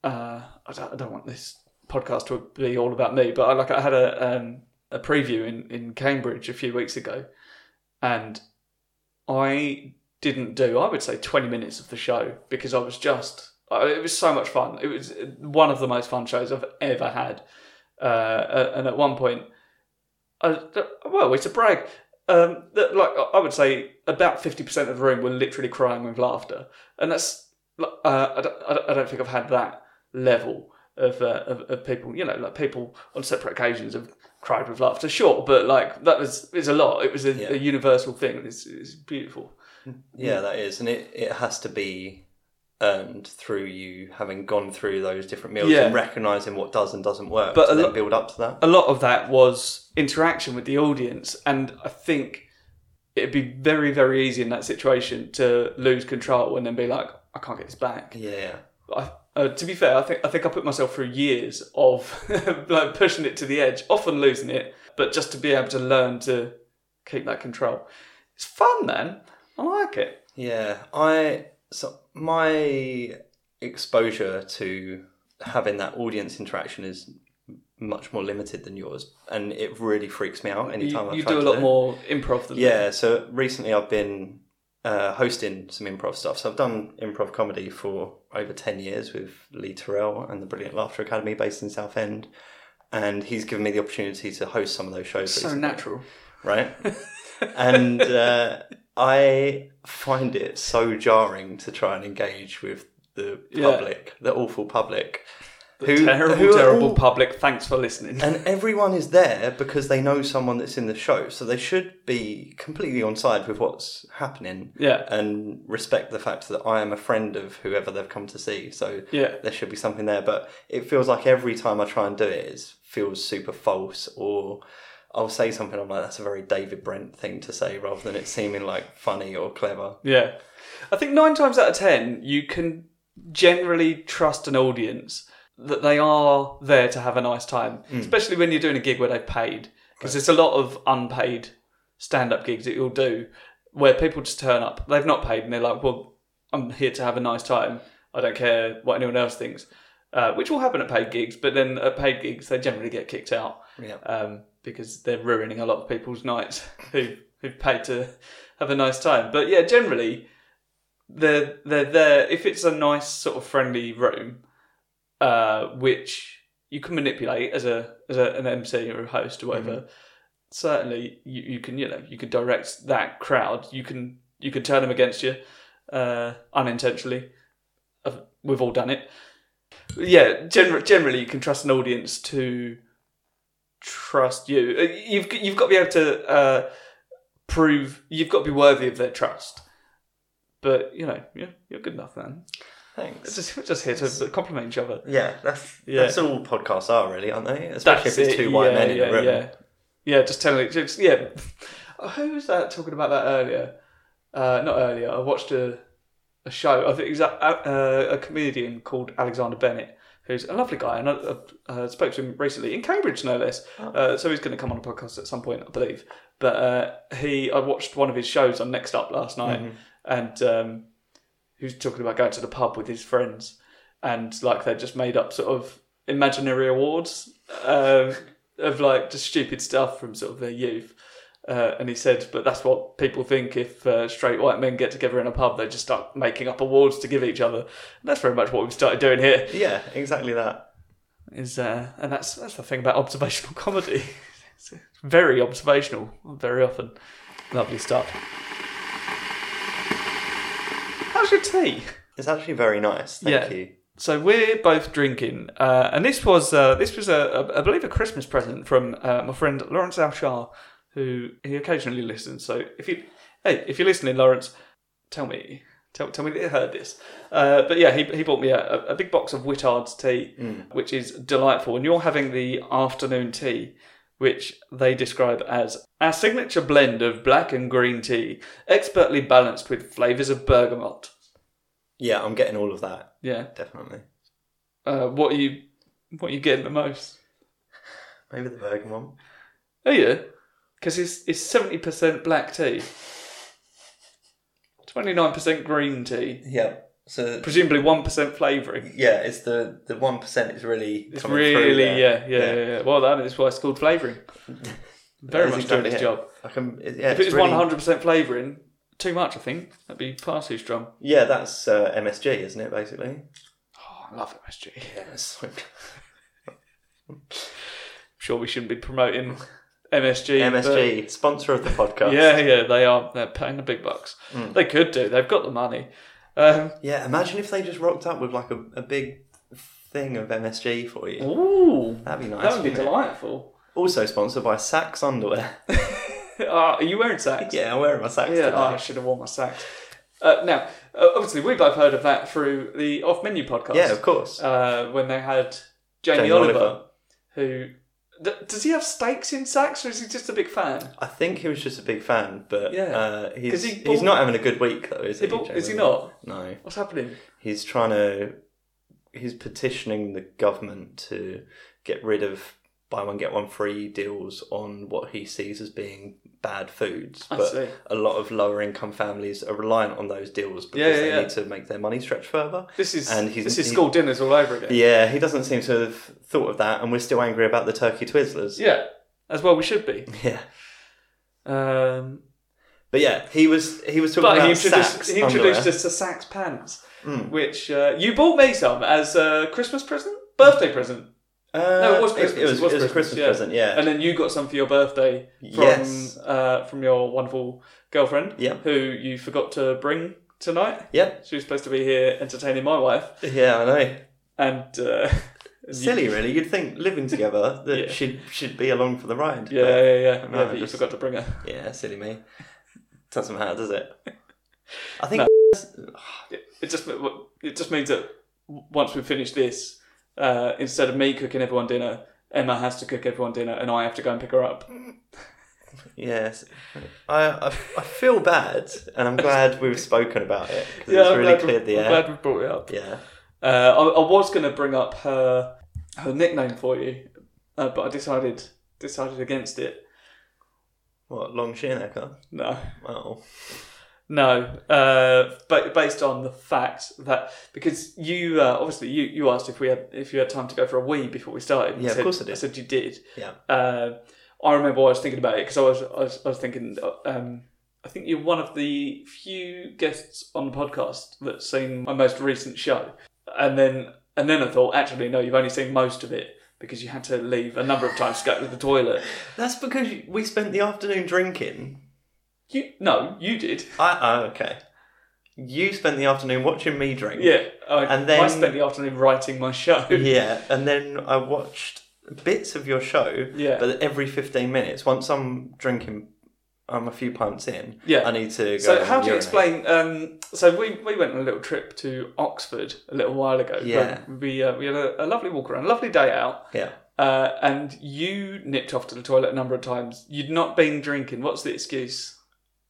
Speaker 1: uh, I don't, I don't want this podcast to be all about me, but I, like I had a um, a preview in in Cambridge a few weeks ago, and I didn't do I would say twenty minutes of the show because I was just I- it was so much fun. It was one of the most fun shows I've ever had, uh, and at one point, I, Uh, well, it's a brag. Um, that, like I would say, about fifty percent of the room were literally crying with laughter, and that's like, uh, I, don't, I don't- I don't think I've had that level of, uh, of of people. You know, like people on separate occasions have cried with laughter, sure, but like that was it's a lot. It was a,
Speaker 2: Yeah.
Speaker 1: a universal thing. It's, it's beautiful. Mm.
Speaker 2: Yeah, that is, and it, it has to be earned through you having gone through those different meals
Speaker 1: Yeah.
Speaker 2: and recognizing what does and doesn't work,
Speaker 1: But
Speaker 2: but
Speaker 1: a
Speaker 2: to
Speaker 1: lo-
Speaker 2: then build up to that.
Speaker 1: a lot of that was interaction with the audience and i think it'd be very very easy in that situation to lose control and then be like i can't get this back
Speaker 2: Yeah,
Speaker 1: I, uh, to be fair i think i think i put myself through years of like pushing it to the edge often losing it but just to be able to learn to keep that control it's fun man i like it
Speaker 2: yeah. I so my exposure to having that audience interaction is much more limited than yours, and it really freaks me out anytime
Speaker 1: you,
Speaker 2: I
Speaker 1: you
Speaker 2: try
Speaker 1: do a
Speaker 2: to
Speaker 1: lot
Speaker 2: it.
Speaker 1: more improv than
Speaker 2: Yeah, so recently I've been uh, hosting some improv stuff. So I've done improv comedy for over 10 years with Lee Terrell and the Brilliant Laughter Academy based in Southend. And he's given me the opportunity to host some of those shows.
Speaker 1: it's so
Speaker 2: recently,
Speaker 1: natural
Speaker 2: Right? and uh, I find it so jarring to try and engage with the
Speaker 1: Yeah.
Speaker 2: public, the awful public.
Speaker 1: terrible
Speaker 2: who are
Speaker 1: terrible
Speaker 2: all-
Speaker 1: public thanks for listening
Speaker 2: and everyone is there because they know someone that's in the show, so they should be completely on side with what's happening.
Speaker 1: Yeah.
Speaker 2: And respect the fact that I am a friend of whoever they've come to see. So
Speaker 1: Yeah.
Speaker 2: there should be something there. But it feels like every time I try and do it, it feels super false or I'll say something, I'm like, that's a very David Brent thing to say rather than it seeming like funny or clever.
Speaker 1: Yeah. I think nine times out of ten, you can generally trust an audience that they are there to have a nice time, especially when you're doing a gig where they've paid. Because there's a lot of unpaid stand up gigs that you'll do where people just turn up, they've not paid, and they're like, well, I'm here to have a nice time. I don't care what anyone else thinks, uh, which will happen at paid gigs, but then at paid gigs, they generally get kicked out
Speaker 2: Yeah.
Speaker 1: um, because they're ruining a lot of people's nights who who've paid to have a nice time. But yeah, generally they're they're there if it's a nice sort of friendly room, uh, which you can manipulate as a as a, an MC or a host or whatever. Certainly, you, you can you know you can direct that crowd. You can you can turn them against you uh, unintentionally. Uh, We've all done it. Yeah, gener- generally you can trust an audience to trust you. Uh, You've you've got to be able to uh, prove you've got to be worthy of their trust. But you know, you're, you're good enough, man. It's
Speaker 2: Thanks.
Speaker 1: just, we're just here to compliment each other.
Speaker 2: Yeah, that's
Speaker 1: Yeah.
Speaker 2: that's all podcasts are really, aren't they? Especially if it's
Speaker 1: it,
Speaker 2: two white
Speaker 1: yeah,
Speaker 2: men in
Speaker 1: yeah,
Speaker 2: a room.
Speaker 1: Yeah, yeah, just telling. Just, yeah, who was that talking about that earlier? Uh, not earlier. I watched a a show. I think it was a, a, a comedian called Alexander Bennett, who's a lovely guy, and I, I, uh spoke to him recently in Cambridge, no less.
Speaker 2: Oh.
Speaker 1: Uh, so he's going to come on a podcast at some point, I believe. But uh, he, I watched one of his shows on Next Up last night,
Speaker 2: Mm-hmm.
Speaker 1: and um, he was talking about going to the pub with his friends, and like they just made up sort of imaginary awards um, of like just stupid stuff from sort of their youth. Uh, and he said, but that's what people think if uh, straight white men get together in a pub, they just start making up awards to give each other. And that's very much what we've started doing here.
Speaker 2: Yeah, exactly that.
Speaker 1: Is uh, and that's that's the thing about observational comedy. it's very observational, very often. Lovely stuff. How's your tea?
Speaker 2: It's actually very nice. Thank
Speaker 1: Yeah.
Speaker 2: you.
Speaker 1: So we're both drinking, uh, and this was uh, this was a, a I believe a Christmas present from uh, my friend Lawrence Alshar, who he occasionally listens. So if you hey if you're listening, Lawrence, tell me tell, tell me that you heard this. Uh, but yeah, he, he bought me a, a- a big box of Wittard's tea, which is delightful, and you're having the afternoon tea. Which they describe as our signature blend of black and green tea, expertly balanced with flavours of bergamot.
Speaker 2: Yeah, I'm getting all of that
Speaker 1: Yeah,
Speaker 2: definitely.
Speaker 1: uh, what are you what are you getting the most?
Speaker 2: Maybe the bergamot.
Speaker 1: Oh yeah, because it's it's seventy percent black tea, twenty nine percent green tea,
Speaker 2: Yeah, So
Speaker 1: Presumably one percent flavouring.
Speaker 2: yeah, it's the the one percent is really
Speaker 1: It's
Speaker 2: coming through
Speaker 1: really
Speaker 2: there.
Speaker 1: yeah, yeah, yeah, yeah, Well, that is why it's called flavouring. Very
Speaker 2: That's
Speaker 1: much doing
Speaker 2: exactly
Speaker 1: its
Speaker 2: it.
Speaker 1: job.
Speaker 2: I can, it- yeah,
Speaker 1: If
Speaker 2: it's
Speaker 1: it was
Speaker 2: really-
Speaker 1: one hundred percent flavouring, too much, I think that'd be far too strong.
Speaker 2: Yeah, that's uh, MSG, isn't it? Basically.
Speaker 1: Oh, I love MSG. I'm
Speaker 2: Yeah, it's like-
Speaker 1: sure we shouldn't be promoting MSG.
Speaker 2: MSG sponsor of the
Speaker 1: but-
Speaker 2: podcast.
Speaker 1: yeah, yeah, they are. They're paying the big bucks.
Speaker 2: Mm.
Speaker 1: They could do. They've got the money. Um,
Speaker 2: Yeah, imagine if they just rocked up with like a, a big thing of MSG for you.
Speaker 1: ooh,
Speaker 2: That'd be nice.
Speaker 1: that would be
Speaker 2: wouldn't it?
Speaker 1: delightful.
Speaker 2: Also sponsored by Saks Underwear.
Speaker 1: Uh, are you wearing sacks?
Speaker 2: yeah, Ah. I'm wearing my Saks
Speaker 1: Yeah,
Speaker 2: today.
Speaker 1: oh, I should have worn my sacks. Uh, now, uh, obviously, we both heard of that through the Off Menu podcast.
Speaker 2: yeah, of course.
Speaker 1: Uh, when they had Jamie,
Speaker 2: Jamie
Speaker 1: Oliver,
Speaker 2: Oliver.
Speaker 1: who d- does he have stakes in sacks, or is he just a big fan?
Speaker 2: I think he was just a big fan, but
Speaker 1: Yeah.
Speaker 2: uh,
Speaker 1: 'Cause
Speaker 2: he's,
Speaker 1: he
Speaker 2: he's
Speaker 1: bought-
Speaker 2: not having a good week though, is
Speaker 1: He
Speaker 2: he?
Speaker 1: bought-
Speaker 2: Jamie
Speaker 1: is he
Speaker 2: Oliver? No,
Speaker 1: What's happening?
Speaker 2: he's trying to. He's petitioning the government to get rid of buy one get one free deals on what he sees as being bad foods.
Speaker 1: I
Speaker 2: but
Speaker 1: see.
Speaker 2: a lot of lower income families are reliant on those deals because
Speaker 1: Yeah, yeah,
Speaker 2: they
Speaker 1: yeah.
Speaker 2: need to make their money stretch further.
Speaker 1: This is
Speaker 2: And he's-
Speaker 1: this is
Speaker 2: he-
Speaker 1: school dinners all over again.
Speaker 2: Yeah, he doesn't seem to have thought of that, and we're still angry about the turkey twizzlers.
Speaker 1: Yeah, as well we should be.
Speaker 2: Yeah.
Speaker 1: Um,
Speaker 2: But yeah, he was he was talking
Speaker 1: but
Speaker 2: about
Speaker 1: he introduced,
Speaker 2: Saks
Speaker 1: he introduced
Speaker 2: underwear.
Speaker 1: us to Saks pants,
Speaker 2: Hmm.
Speaker 1: which uh, you bought me some as a Christmas present, birthday present.
Speaker 2: Uh,
Speaker 1: No, it was Christmas.
Speaker 2: It, was, it was a Christmas
Speaker 1: yeah.
Speaker 2: present. Yeah.
Speaker 1: And then you got some for your birthday from
Speaker 2: Yes.
Speaker 1: uh, from your wonderful girlfriend,
Speaker 2: Yeah.
Speaker 1: who you forgot to bring tonight.
Speaker 2: yeah.
Speaker 1: She was supposed to be here entertaining my wife,
Speaker 2: Yeah, I know.
Speaker 1: and uh,
Speaker 2: Silly, really. You'd think living together that
Speaker 1: Yeah.
Speaker 2: she'd she'd be along for the ride.
Speaker 1: Yeah, yeah, yeah.
Speaker 2: No,
Speaker 1: yeah but you
Speaker 2: just-
Speaker 1: forgot to bring her.
Speaker 2: But yeah, silly me. Doesn't matter, does it? I think.
Speaker 1: It just it just means that once we finish this, uh, instead of me cooking everyone dinner, Emma has to cook everyone dinner, and I have to go and pick her up.
Speaker 2: Yes, I, I I feel bad, and I'm glad we've spoken about it. 'cause it's
Speaker 1: I'm
Speaker 2: really
Speaker 1: glad we-
Speaker 2: cleared the
Speaker 1: I'm
Speaker 2: air.
Speaker 1: glad we brought it up.
Speaker 2: Yeah,
Speaker 1: Uh, I, I was going to bring up her her nickname for you, uh, but I decided decided against it.
Speaker 2: what long sheer necker?
Speaker 1: No,
Speaker 2: Well,
Speaker 1: no. Uh, but based on the fact that because you uh, obviously you, you asked if we had if you had time to go for a wee before we started. and
Speaker 2: Yeah, of
Speaker 1: said-
Speaker 2: course I did.
Speaker 1: I said you did.
Speaker 2: yeah,
Speaker 1: uh, I remember I was thinking about it because I was, I was I was thinking um, I think you're one of the few guests on the podcast that's seen my most recent show, and then and then I thought actually no, you've only seen most of it because you had to leave a number of times to go to the toilet.
Speaker 2: that's because we spent the afternoon drinking.
Speaker 1: You no, you did.
Speaker 2: I oh, okay. You spent the afternoon watching me drink.
Speaker 1: Yeah, I,
Speaker 2: And then-
Speaker 1: I spent the afternoon writing my show.
Speaker 2: yeah, and then I watched bits of your show.
Speaker 1: Yeah.
Speaker 2: but every fifteen minutes, once I'm drinking, I'm a few pints in.
Speaker 1: Yeah.
Speaker 2: I need to go.
Speaker 1: So
Speaker 2: and
Speaker 1: how do you
Speaker 2: urinate.
Speaker 1: explain? Um, so we, we went on a little trip to Oxford a little while ago.
Speaker 2: Yeah.
Speaker 1: we uh, we had a, a lovely walk around, a lovely day out.
Speaker 2: Yeah.
Speaker 1: Uh, and you nipped off to the toilet a number of times. You'd not been drinking. What's the excuse?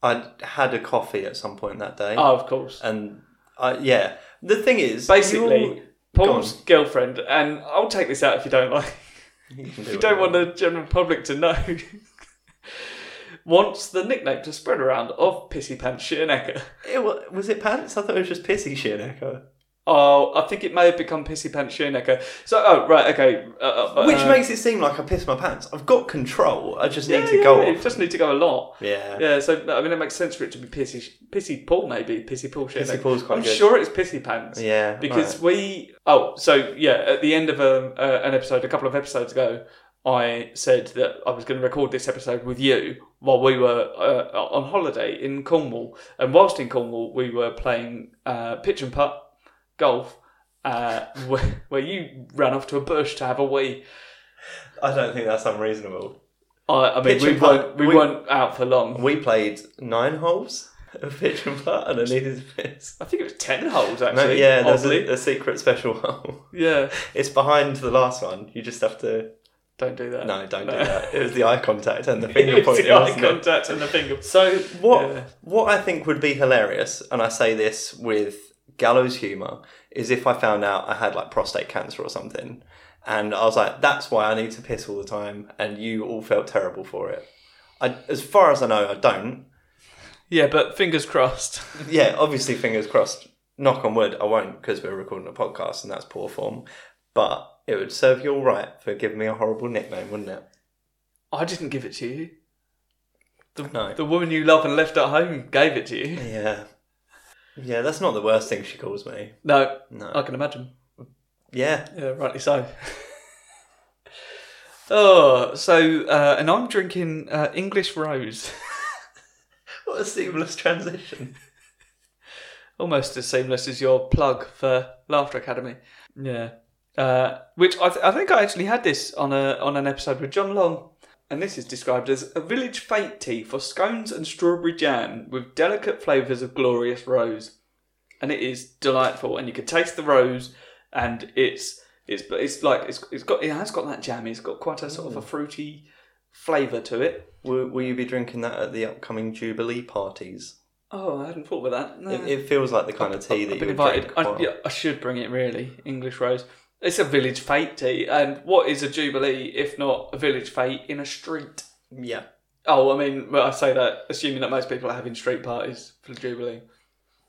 Speaker 2: I had a coffee at some point that day.
Speaker 1: Oh, of course.
Speaker 2: and I, yeah, the thing is,
Speaker 1: Basically,
Speaker 2: Go
Speaker 1: Paul's girlfriend, and I'll take this out if you don't like.
Speaker 2: you, can do
Speaker 1: If you
Speaker 2: what
Speaker 1: don't want the general public to know, wants the nickname to spread around of Pissy Pants Sheernecker.
Speaker 2: It, wa- was it pants? I thought it was just pissy shit echo,
Speaker 1: Oh, I think it may have become Pissy Pants Sheernecker. So, oh, right, okay. Uh, uh,
Speaker 2: which
Speaker 1: uh,
Speaker 2: makes it seem like I pissed my pants. I've got control. I just
Speaker 1: yeah,
Speaker 2: need to
Speaker 1: yeah,
Speaker 2: go
Speaker 1: yeah,
Speaker 2: off.
Speaker 1: You just need to go a lot.
Speaker 2: Yeah.
Speaker 1: Yeah, so I mean, it makes sense for it to be pissy, pissy Paul maybe, pissy Paul. Shit,
Speaker 2: Pissy Paul's quite
Speaker 1: I'm
Speaker 2: good.
Speaker 1: sure it's pissy pants.
Speaker 2: Yeah,
Speaker 1: because we. Oh, so yeah, at the end of um, uh, an episode, a couple of episodes ago, I said that I was going to record this episode with you while we were uh, on holiday in Cornwall, and whilst in Cornwall, we were playing uh, pitch and putt golf. Uh, where, where you ran off to a bush to have a wee.
Speaker 2: I don't think that's unreasonable.
Speaker 1: I, I mean,
Speaker 2: Pitch
Speaker 1: we
Speaker 2: and putt,
Speaker 1: weren't, we,
Speaker 2: we-
Speaker 1: weren't out for long.
Speaker 2: We played nine holes of pitch and putt, and I needed to piss.
Speaker 1: I think it was ten holes
Speaker 2: No,
Speaker 1: actually.
Speaker 2: yeah, there's
Speaker 1: oddly.
Speaker 2: a, a secret special hole.
Speaker 1: yeah.
Speaker 2: It's behind the last one. You just have to.
Speaker 1: Don't do that.
Speaker 2: No, don't do that. It was the eye contact and the finger
Speaker 1: It's
Speaker 2: pointing.
Speaker 1: the eye
Speaker 2: wasn't it?
Speaker 1: contact and the finger.
Speaker 2: So what
Speaker 1: Yeah.
Speaker 2: what I think would be hilarious, and I say this with gallows humour, is if I found out I had like prostate cancer or something, and I was like, that's why I need to piss all the time, and you all felt terrible for it. I, as far as I know, I don't.
Speaker 1: Yeah, but fingers crossed.
Speaker 2: Yeah, obviously, fingers crossed. knock on wood, I won't because we're recording a podcast and that's poor form. But it would serve you all right for giving me a horrible nickname, wouldn't it?
Speaker 1: I didn't give it to you. The,
Speaker 2: No.
Speaker 1: the woman you love and left at home gave it to you.
Speaker 2: Yeah. Yeah, that's not the worst thing she calls me.
Speaker 1: No,
Speaker 2: No.
Speaker 1: I can imagine.
Speaker 2: Yeah.
Speaker 1: Yeah, rightly so. oh, so uh, and I'm drinking uh, English Rose,
Speaker 2: What a seamless transition.
Speaker 1: almost as seamless as your plug for Laughter Academy. Yeah, uh, which I, th- I think I actually had this on a on an episode with John Long, and this is described as a village fate tea for scones and strawberry jam with delicate flavours of glorious rose, and it is delightful. And you can taste the rose, and it's it's it's like it's, it's got it has got that jammy. It's got quite a sort of a fruity flavour to it.
Speaker 2: Will, will you be drinking that at the upcoming Jubilee parties?
Speaker 1: Oh, I hadn't thought of that. No.
Speaker 2: It, it feels like the kind of tea
Speaker 1: Uh, I've
Speaker 2: that
Speaker 1: been
Speaker 2: you would
Speaker 1: invited.
Speaker 2: drink.
Speaker 1: I,
Speaker 2: while-
Speaker 1: yeah, I should bring it really. English rose. It's a village fete tea, and what is a jubilee if not a village fete in a street?
Speaker 2: yeah.
Speaker 1: Oh, I mean, well, I say that assuming that most people are having street parties for the jubilee.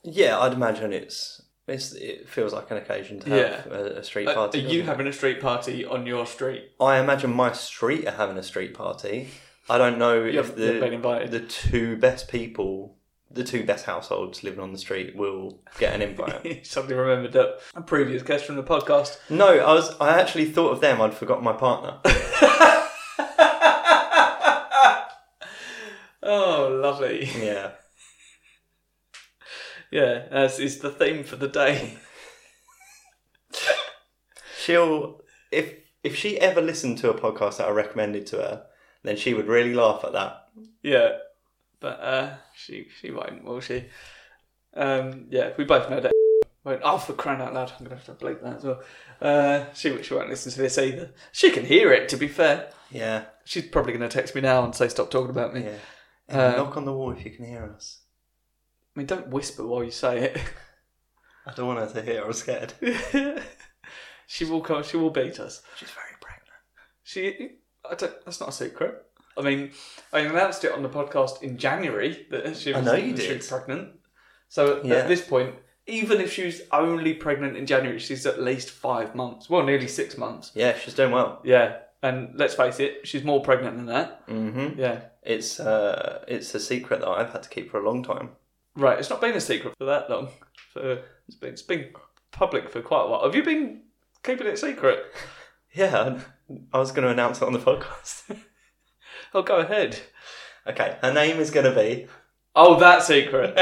Speaker 2: Yeah, I'd imagine it's, it's it feels like an occasion to have a, a street
Speaker 1: Uh,
Speaker 2: party.
Speaker 1: are you
Speaker 2: doesn't it?
Speaker 1: having a street party on your street?
Speaker 2: I imagine my street are having a street party. I don't know if
Speaker 1: haven't
Speaker 2: the
Speaker 1: been invited.
Speaker 2: the two best people, the two best households living on the street, will get an invite.
Speaker 1: Suddenly remembered that a previous guest from the podcast.
Speaker 2: no, I was I actually thought of them. I'd forgotten my partner.
Speaker 1: Oh, lovely.
Speaker 2: Yeah,
Speaker 1: Yeah, as is the theme for the day.
Speaker 2: she'll if if she ever listened to a podcast that I recommended to her, then she would really laugh at that.
Speaker 1: Yeah, but uh, she she won't, will she? Um, yeah, we both know that. Won't. Oh, for crying out loud! I'm gonna have to bleep that as well. Uh, she she won't listen to this either. She can hear it. To be fair,
Speaker 2: Yeah,
Speaker 1: she's probably gonna text me now and say stop talking about me.
Speaker 2: yeah. And
Speaker 1: Uh,
Speaker 2: knock on the wall if you can hear us.
Speaker 1: I mean, don't whisper while you say
Speaker 2: I don't want her to hear. I'm scared.
Speaker 1: it. she will come. She will beat us.
Speaker 2: She's very pregnant.
Speaker 1: She. I don't. That's not a secret. I mean, I announced it on the podcast in January that she
Speaker 2: I
Speaker 1: was,
Speaker 2: know you
Speaker 1: she
Speaker 2: did.
Speaker 1: was pregnant. So
Speaker 2: Yeah.
Speaker 1: at this point, even if she's only pregnant in January, she's at least five months. Well, nearly six months.
Speaker 2: Yeah, she's doing well.
Speaker 1: Yeah. And let's face it, she's more pregnant than that.
Speaker 2: hmm
Speaker 1: Yeah.
Speaker 2: It's uh, it's a secret that I've had to keep for a long time.
Speaker 1: Right. It's not been a secret for that long. So it's been, it's been public for quite a while. Have you been keeping it secret?
Speaker 2: Yeah, I was going to announce it on the podcast.
Speaker 1: Oh, go ahead.
Speaker 2: okay, her name is going to be.
Speaker 1: Oh, that secret.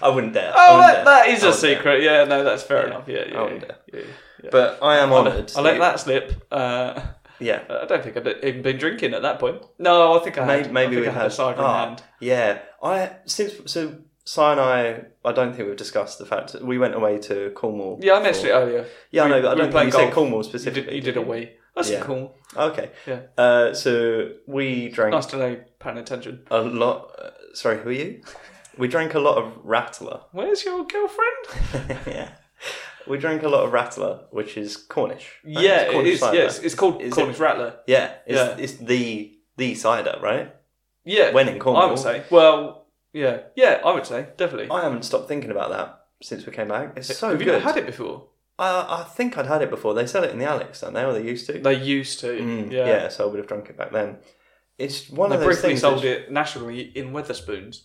Speaker 2: I wouldn't dare. I
Speaker 1: Oh, that,
Speaker 2: wouldn't dare.
Speaker 1: that is
Speaker 2: I
Speaker 1: a
Speaker 2: wouldn't dare.
Speaker 1: secret. Yeah, no, that's fair
Speaker 2: Yeah. Oh,
Speaker 1: enough. Yeah, yeah.
Speaker 2: I wouldn't
Speaker 1: yeah,
Speaker 2: dare.
Speaker 1: yeah, yeah.
Speaker 2: But I am honoured.
Speaker 1: I'll let
Speaker 2: you-
Speaker 1: that slip. Uh,
Speaker 2: Yeah.
Speaker 1: I don't think I'd even been drinking at that point. No, I think I had.
Speaker 2: Maybe, maybe
Speaker 1: I think
Speaker 2: we've
Speaker 1: I had,
Speaker 2: had
Speaker 1: a cider
Speaker 2: oh,
Speaker 1: in hand.
Speaker 2: Yeah, I since so Sinai. I don't think we've discussed the fact that we went away to Cornwall.
Speaker 1: Yeah, I mentioned
Speaker 2: for-
Speaker 1: it earlier.
Speaker 2: Yeah, I
Speaker 1: We-
Speaker 2: know, but I
Speaker 1: we
Speaker 2: don't
Speaker 1: played
Speaker 2: think you
Speaker 1: golf.
Speaker 2: said Cornwall
Speaker 1: You did,
Speaker 2: specifically.
Speaker 1: you did a wee. That's
Speaker 2: Yeah.
Speaker 1: cool.
Speaker 2: Okay.
Speaker 1: Yeah.
Speaker 2: Uh, so we drank
Speaker 1: Nice to know. Paying attention.
Speaker 2: a lot. Uh, sorry, who are you? We drank a lot of Rattler.
Speaker 1: Where's your girlfriend?
Speaker 2: yeah. We drank a lot of Rattler, which is Cornish. right?
Speaker 1: yeah,
Speaker 2: It's
Speaker 1: it
Speaker 2: Cornish
Speaker 1: is.
Speaker 2: cider.
Speaker 1: Yes, it's called
Speaker 2: Is it-
Speaker 1: Cornish Rattler.
Speaker 2: Yeah, it's,
Speaker 1: Yeah.
Speaker 2: it's the the cider, right?
Speaker 1: Yeah,
Speaker 2: When in Cornwall.
Speaker 1: I would say. Well, yeah, yeah, I would say definitely.
Speaker 2: I haven't stopped thinking about that since we came back. It's so
Speaker 1: Have
Speaker 2: good.
Speaker 1: you not had it before?
Speaker 2: I, I think I'd had it before. They sell it in the Alex, don't they? Or they used to.
Speaker 1: They used to.
Speaker 2: Mm,
Speaker 1: yeah.
Speaker 2: so I would have drunk it back then. It's one
Speaker 1: They
Speaker 2: of those
Speaker 1: briefly
Speaker 2: things.
Speaker 1: sold
Speaker 2: that-
Speaker 1: it nationally in Weatherspoons,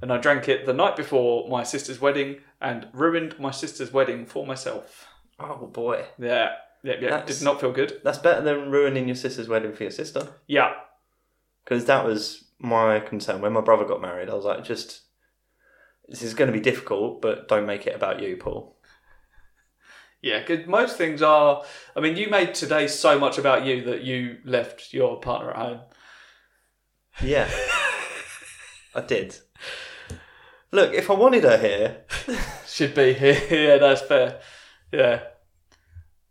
Speaker 1: and I drank it the night before my sister's wedding and ruined my sister's wedding for myself.
Speaker 2: Oh boy,
Speaker 1: Yeah, yeah, yeah.
Speaker 2: That's-
Speaker 1: Did not feel good.
Speaker 2: that's better than ruining your sister's wedding for your sister.
Speaker 1: Yeah,
Speaker 2: Because that was my concern when my brother got married. I was like, just this is going to be difficult, but don't make it about you, Paul.
Speaker 1: yeah. 'cause most things are. I mean, you made today so much about you that you left your partner at home.
Speaker 2: Yeah. I did. Look, if I wanted her here,
Speaker 1: Should be here. yeah, that's fair. Yeah,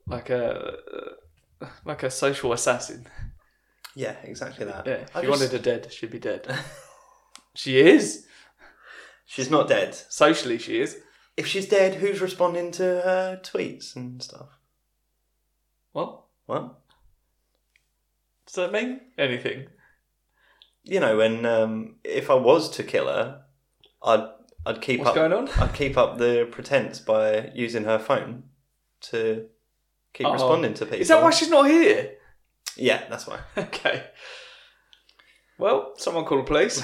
Speaker 1: like a uh, like a social assassin.
Speaker 2: yeah, exactly that.
Speaker 1: Yeah, if
Speaker 2: I
Speaker 1: you
Speaker 2: just-
Speaker 1: wanted her dead, she'd be dead. she is
Speaker 2: she's not dead.
Speaker 1: socially. She is.
Speaker 2: If she's dead, who's responding to her tweets and stuff?
Speaker 1: What
Speaker 2: Well,
Speaker 1: does that mean? Anything?
Speaker 2: you know, when um, if I was to kill her, I'd I'd keep
Speaker 4: What's
Speaker 2: up.
Speaker 4: going on?
Speaker 2: I'd keep up the pretense by using her phone to keep
Speaker 4: Uh-oh.
Speaker 2: responding to people.
Speaker 4: Is that why she's not here?
Speaker 2: Yeah, that's why.
Speaker 4: Okay. Well, someone call the police.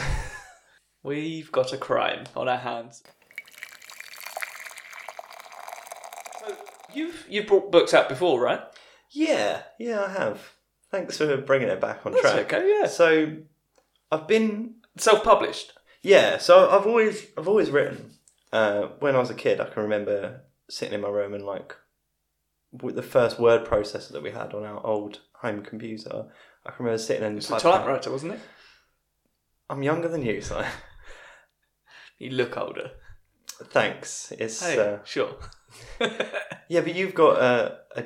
Speaker 4: We've got a crime on our hands. So you've you brought books out before, right?
Speaker 2: Yeah, yeah, I have. Thanks for bringing it back on
Speaker 4: That's
Speaker 2: track.
Speaker 4: okay, yeah.
Speaker 2: So, I've been
Speaker 4: Self-published.
Speaker 2: Yeah, so I've always I've always written. Uh, when I was a kid, I can remember sitting in my room and like with the first word processor that we had on our old home computer. I can remember sitting and
Speaker 4: It's a
Speaker 2: typing.
Speaker 4: typewriter, wasn't it?
Speaker 2: I'm younger than you, so
Speaker 4: You look older.
Speaker 2: thanks. It's
Speaker 4: Hey,
Speaker 2: uh,
Speaker 4: sure.
Speaker 2: yeah, but you've got a, a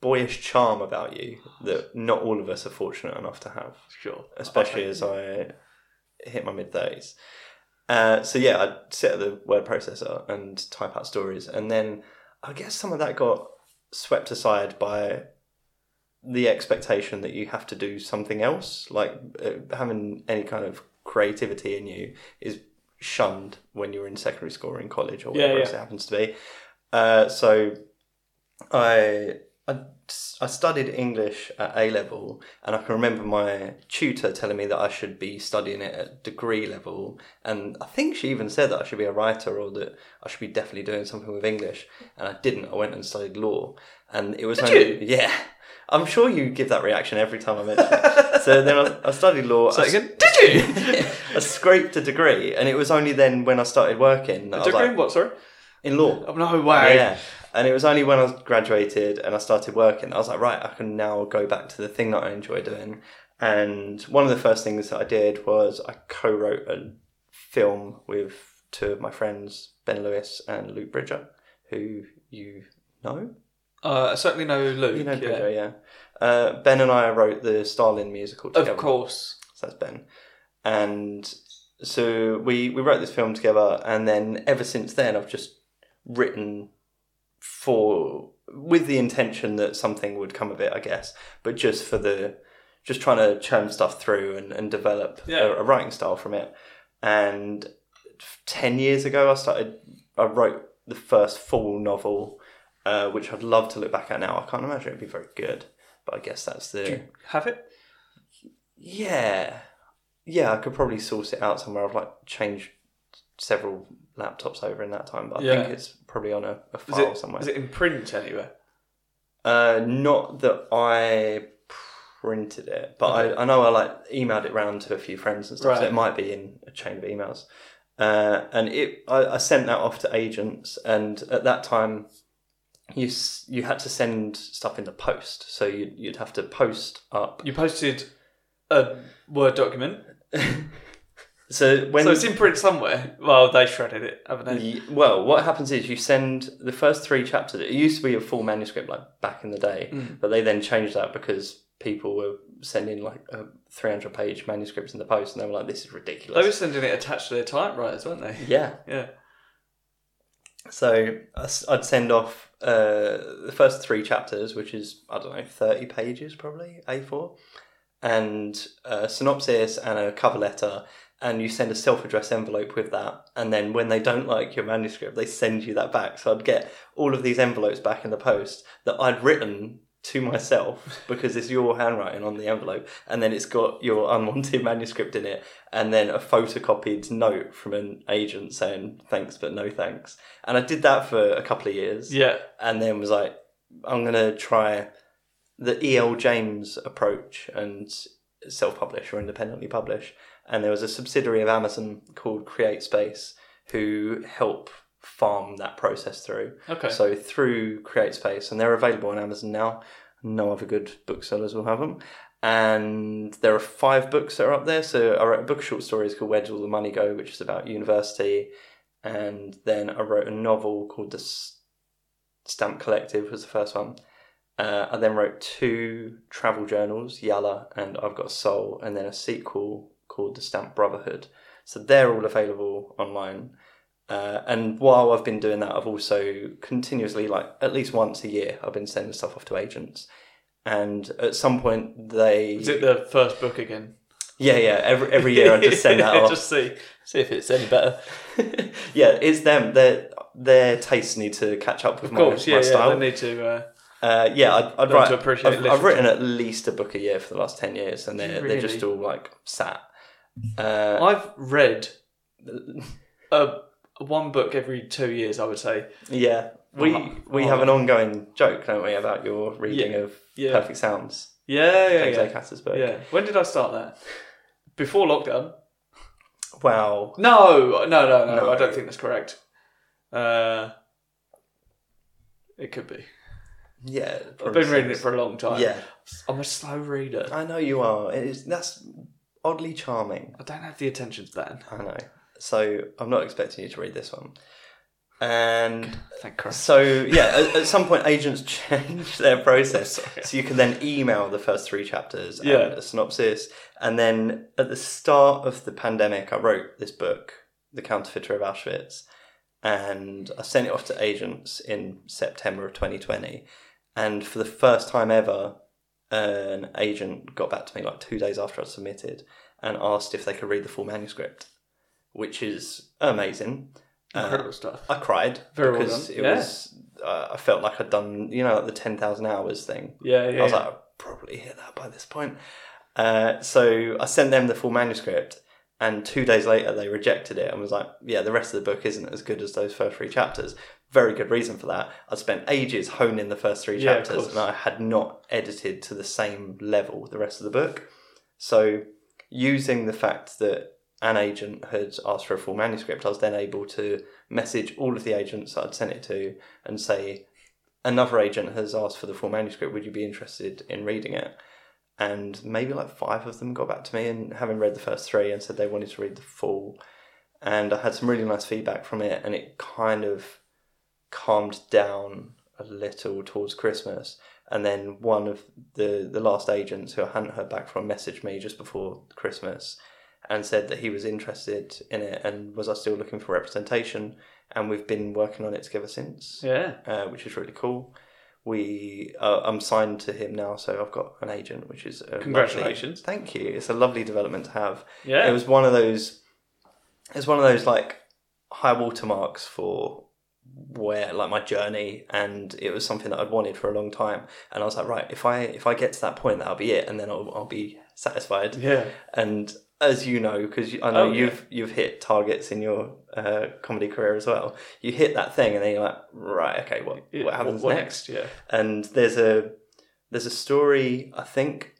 Speaker 2: boyish charm about you that not all of us are fortunate enough to have.
Speaker 4: Sure.
Speaker 2: especially as I hit my mid thirties. Uh, so yeah, I'd sit at the word processor and type out stories, and then I guess some of that got swept aside by the expectation that you have to do something else. Like uh, having any kind of creativity in you is shunned when you're in secondary school or in college or
Speaker 4: Yeah,
Speaker 2: whatever else
Speaker 4: yeah.
Speaker 2: it happens to be. Uh, so I, I I studied English at A level, and I can remember my tutor telling me that I should be studying it at degree level, and I think she even said that I should be a writer or that I should be definitely doing something with English, and I didn't. I went and studied law, and it was
Speaker 4: Did
Speaker 2: only- yeah. I'm sure you give that reaction every time I mention it. so then I, I studied law.
Speaker 4: So
Speaker 2: I,
Speaker 4: again, did you?
Speaker 2: I scraped a degree, and it was only then when I started working that I was
Speaker 4: Degree
Speaker 2: like,
Speaker 4: in what? Sorry.
Speaker 2: in law.
Speaker 4: Oh, no way.
Speaker 2: Yeah. And it was only when I graduated and I started working, I was like, right, I can now go back to the thing that I enjoy doing. And one of the first things that I did was I co wrote a film with two of my friends, Ben Lewis and Luke Bridger, who you know.
Speaker 4: Uh, I certainly know Luke.
Speaker 2: You know
Speaker 4: yeah.
Speaker 2: Bridger, yeah. Uh, ben and I wrote the Starlin musical together.
Speaker 4: Of course.
Speaker 2: So that's Ben. And so we we wrote this film together, and then ever since then, I've just written for with the intention that something would come of it, I guess, but just for the just trying to churn stuff through and, and develop
Speaker 4: Yeah.
Speaker 2: a, a writing style from it. And ten years ago, I started. I wrote the first full novel, uh, which I'd love to look back at now. I can't imagine it'd be very good, but I guess that's the.
Speaker 4: Do you have it?
Speaker 2: Yeah. Yeah, I could probably source it out somewhere. I've like changed several laptops over in that time, but I
Speaker 4: Yeah.
Speaker 2: think it's probably on a, a
Speaker 4: Is
Speaker 2: file
Speaker 4: it,
Speaker 2: somewhere.
Speaker 4: is it in print anywhere?
Speaker 2: Uh, not that I printed it, but I, I know I like emailed it round to a few friends and stuff, so
Speaker 4: Right.
Speaker 2: it might be in a chain of emails. Uh, and it, I, I sent that off to agents, and at that time, you s- you had to send stuff in the post, so you'd, you'd have to post up.
Speaker 4: You posted a Word document.
Speaker 2: So when
Speaker 4: so it's in print somewhere. Well, they shredded it, haven't they?
Speaker 2: Ye- Well, what happens is you send the first three chapters. It used to be a full manuscript, like back in the day, but they then changed that because people were sending like uh, 300 page manuscripts in the post, and they were like, "This is
Speaker 4: They
Speaker 2: ridiculous."
Speaker 1: Oh,
Speaker 4: were sending it attached to their typewriters, weren't they?
Speaker 2: Yeah.
Speaker 4: Yeah.
Speaker 2: So I s- I'd send off uh, the first three chapters, which is I don't know, 30 pages probably A4, and a synopsis and a cover letter. And you send a self-addressed envelope with that, and then when they don't like your manuscript, they send you that back. So I'd get all of these envelopes back in the post that I'd written to myself because it's your handwriting on the envelope, and then it's got your unwanted manuscript in it, and then a photocopied note from an agent saying thanks but no thanks. And I did that for a couple of years,
Speaker 4: Yeah.
Speaker 2: and then was like, I'm gonna try the E.L. James approach and self publish or independently publish. And there was a subsidiary of Amazon called Create Space who help farm that process through.
Speaker 4: Okay.
Speaker 2: So through Create Space, and they're available on Amazon now. No other good booksellers will have them. And there are five books that are up there. So I wrote a book of short stories called Where Did All the Money Go, which is about university. And then I wrote a novel called The S- Stamp Collective, was the first one. Uh, I then wrote two travel journals, Yalla and I've Got a Soul, and then a sequel called The Stamp Brotherhood. So they're all available online. Uh, and while I've been doing that, I've also continuously, like at least once a year, I've been sending stuff off to agents. And at some point, they
Speaker 4: Is it the first book again?
Speaker 2: Yeah, yeah. Every every year I just send that off.
Speaker 4: just see, see if it's any better.
Speaker 2: yeah, it's them. Their their tastes need to catch up with
Speaker 4: Of course,
Speaker 2: my,
Speaker 4: yeah,
Speaker 2: my
Speaker 4: yeah.
Speaker 2: style.
Speaker 4: They need to. Uh,
Speaker 2: Uh, yeah, I'd, I'd
Speaker 4: Learn
Speaker 2: write.
Speaker 4: to appreciate
Speaker 2: I've, I've
Speaker 4: literature.
Speaker 2: written at least a book a year for the last ten years, and they're
Speaker 4: Really?
Speaker 2: they're just all like sat. Uh,
Speaker 4: I've read uh one book every two years. I would say.
Speaker 2: yeah, we
Speaker 4: Well,
Speaker 2: we
Speaker 4: well-
Speaker 2: have an ongoing joke, don't we, about your reading of
Speaker 4: Oh, yeah.
Speaker 2: Perfect Sounds,
Speaker 4: Yeah, yeah,
Speaker 2: James
Speaker 4: yeah.
Speaker 2: A. Castor's book.
Speaker 4: Yeah. When did I start that? Before lockdown.
Speaker 2: Wow.
Speaker 4: No, no, no, no.
Speaker 2: No.
Speaker 4: I don't think that's correct. Uh, it could be.
Speaker 2: Yeah,
Speaker 4: I've been reading it for a long time.
Speaker 2: Yeah,
Speaker 4: I'm a slow reader.
Speaker 2: I know you are. It is that's oddly charming.
Speaker 4: I don't have the attention span.
Speaker 2: I know. So I'm not expecting you to read this one. And
Speaker 4: Thank Christ.
Speaker 2: So yeah, at, at some point agents change their process, so you can then email the first three chapters and
Speaker 4: Oh, Yeah.
Speaker 2: a synopsis, and then at the start of the pandemic, I wrote this book, The Counterfeiter of Auschwitz, and I sent it off to agents in September of 2020, and for the first time ever, an agent got back to me like two days after I submitted and asked if they could read the full manuscript, which is amazing. Uh,
Speaker 4: Incredible stuff.
Speaker 2: I cried
Speaker 4: Very well
Speaker 2: because
Speaker 4: done.
Speaker 2: it
Speaker 4: Yeah.
Speaker 2: was. Uh, I felt like I'd done, you know, like the ten thousand hours thing.
Speaker 4: Yeah, yeah.
Speaker 2: I was
Speaker 4: yeah.
Speaker 2: like, I'll probably hit that by this point. Uh, so I sent them the full manuscript, and two days later they rejected it and was like, "Yeah, the rest of the book isn't as good as those first three chapters." Very good reason for that. I spent ages honing the first three
Speaker 4: Yeah, of
Speaker 2: chapters,
Speaker 4: course.
Speaker 2: and I had not edited to the same level the rest of the book. So, using the fact that an agent had asked for a full manuscript, I was then able to message all of the agents that I'd sent it to and say, another agent has asked for the full manuscript. Would you be interested in reading it? And maybe like five of them got back to me and having read the first three and said they wanted to read the full. And I had some really nice feedback from it, and it kind of calmed down a little towards Christmas. And then one of the, the last agents who I hadn't heard back from messaged me just before Christmas and said that he was interested in it and was I still looking for representation. And we've been working on it together since
Speaker 4: yeah.
Speaker 2: uh, which is really cool. We, uh, I'm signed to him now, so I've got an agent, which is a lovely-
Speaker 4: Congratulations.
Speaker 2: thank you. It's a lovely development to have.
Speaker 4: Yeah.
Speaker 2: It was one of those. It's one of those like high water marks for where like my journey, and it was something that I'd wanted for a long time. And I was like, right, if I if I get to that point, that'll be it, and then I'll, I'll be satisfied.
Speaker 4: Yeah.
Speaker 2: And as you know, because I know
Speaker 4: Oh, yeah.
Speaker 2: you've you've hit targets in your uh, comedy career as well. You hit that thing, and then you're like, right, okay, what
Speaker 4: Yeah,
Speaker 2: what happens
Speaker 4: what
Speaker 2: next?
Speaker 4: Yeah.
Speaker 2: And there's a there's a story. I think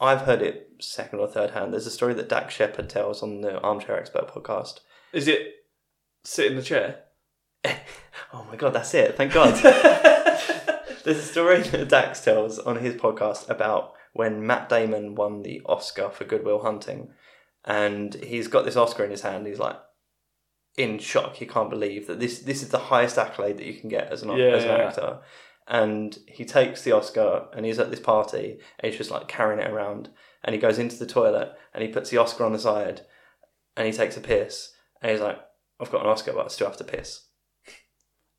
Speaker 2: I've heard it second or third hand. There's a story that Dak Shepard tells on the Armchair Expert podcast.
Speaker 4: Is it sit in the chair?
Speaker 2: Oh my god, that's it! Thank God. There's a story that Dax tells on his podcast about when Matt Damon won the Oscar for Goodwill Hunting, and he's got this Oscar in his hand. He's like in shock. He can't believe that this this is the highest accolade that you can get as an
Speaker 4: Yeah,
Speaker 2: as an
Speaker 4: yeah.
Speaker 2: actor. And he takes the Oscar and he's at this party and he's just like carrying it around. And he goes into the toilet and he puts the Oscar on the side and he takes a piss and he's like, I've got an Oscar, but I still have to piss.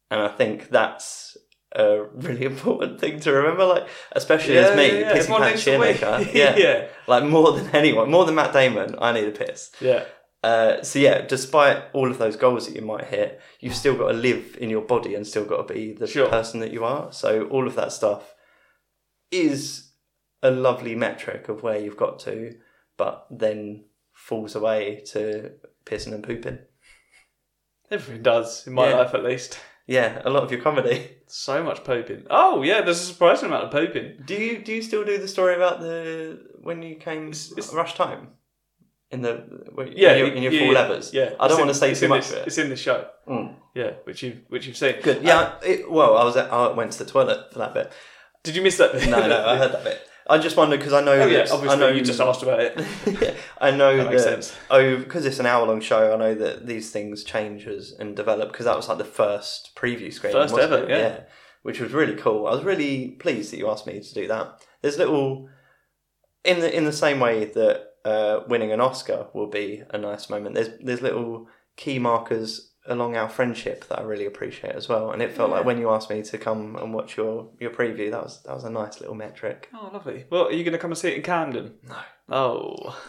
Speaker 2: And I think that's a really important thing to remember, like especially as me, pissy
Speaker 4: Everyone needs
Speaker 2: pants
Speaker 4: to wait.
Speaker 2: cheerleader.
Speaker 4: yeah.
Speaker 2: Yeah.
Speaker 4: yeah.
Speaker 2: like more than anyone, more than Matt Damon, I need a piss.
Speaker 4: Yeah.
Speaker 2: Uh, so yeah, despite all of those goals that you might hit, you've still got to live in your body and still got to be the
Speaker 4: Sure.
Speaker 2: person that you are. So all of that stuff is a lovely metric of where you've got to, but then falls away to pissing and pooping.
Speaker 4: Everything does in my
Speaker 2: Yeah.
Speaker 4: life, at least.
Speaker 2: Yeah, a lot of your comedy.
Speaker 4: So much pooping. Oh yeah, there's a surprising amount of pooping.
Speaker 2: Do you do you still do the story about the when you came
Speaker 4: it's-
Speaker 2: rush time in the where-
Speaker 4: Yeah,
Speaker 2: in your, in your
Speaker 4: yeah,
Speaker 2: full
Speaker 4: yeah,
Speaker 2: levers?
Speaker 4: Yeah,
Speaker 2: I
Speaker 4: It's
Speaker 2: don't
Speaker 4: in-
Speaker 2: want to say
Speaker 4: it's
Speaker 2: too
Speaker 4: in
Speaker 2: much
Speaker 4: this-
Speaker 2: of it.
Speaker 4: It's in the show.
Speaker 2: Mm.
Speaker 4: Yeah, which you which you've seen.
Speaker 2: Good.
Speaker 4: Uh,
Speaker 2: Yeah. it, well, I was at, I went to the toilet for that bit.
Speaker 4: did you miss that? Bit?
Speaker 2: No, no, I heard that bit. I just wondered because I know.
Speaker 4: Oh yeah,
Speaker 2: that-
Speaker 4: obviously
Speaker 2: I know
Speaker 4: you just asked about it.
Speaker 2: I know
Speaker 4: That makes sense.
Speaker 2: Oh, because it's an hour-long show. I know that these things change as, and develop because that was like the first preview screen.
Speaker 4: First
Speaker 2: wasn't
Speaker 4: ever,
Speaker 2: it?
Speaker 4: yeah.
Speaker 2: which was really cool. I was really pleased that you asked me to do that. There's little in the in the same way that uh, winning an Oscar will be a nice moment. There's there's little key markers along our friendship that I really appreciate as well. And it felt like when you asked me to come and watch your your preview, that was that was a nice little metric.
Speaker 4: Oh lovely. Well, are you going to come and see it in Camden?
Speaker 2: No.
Speaker 4: Oh.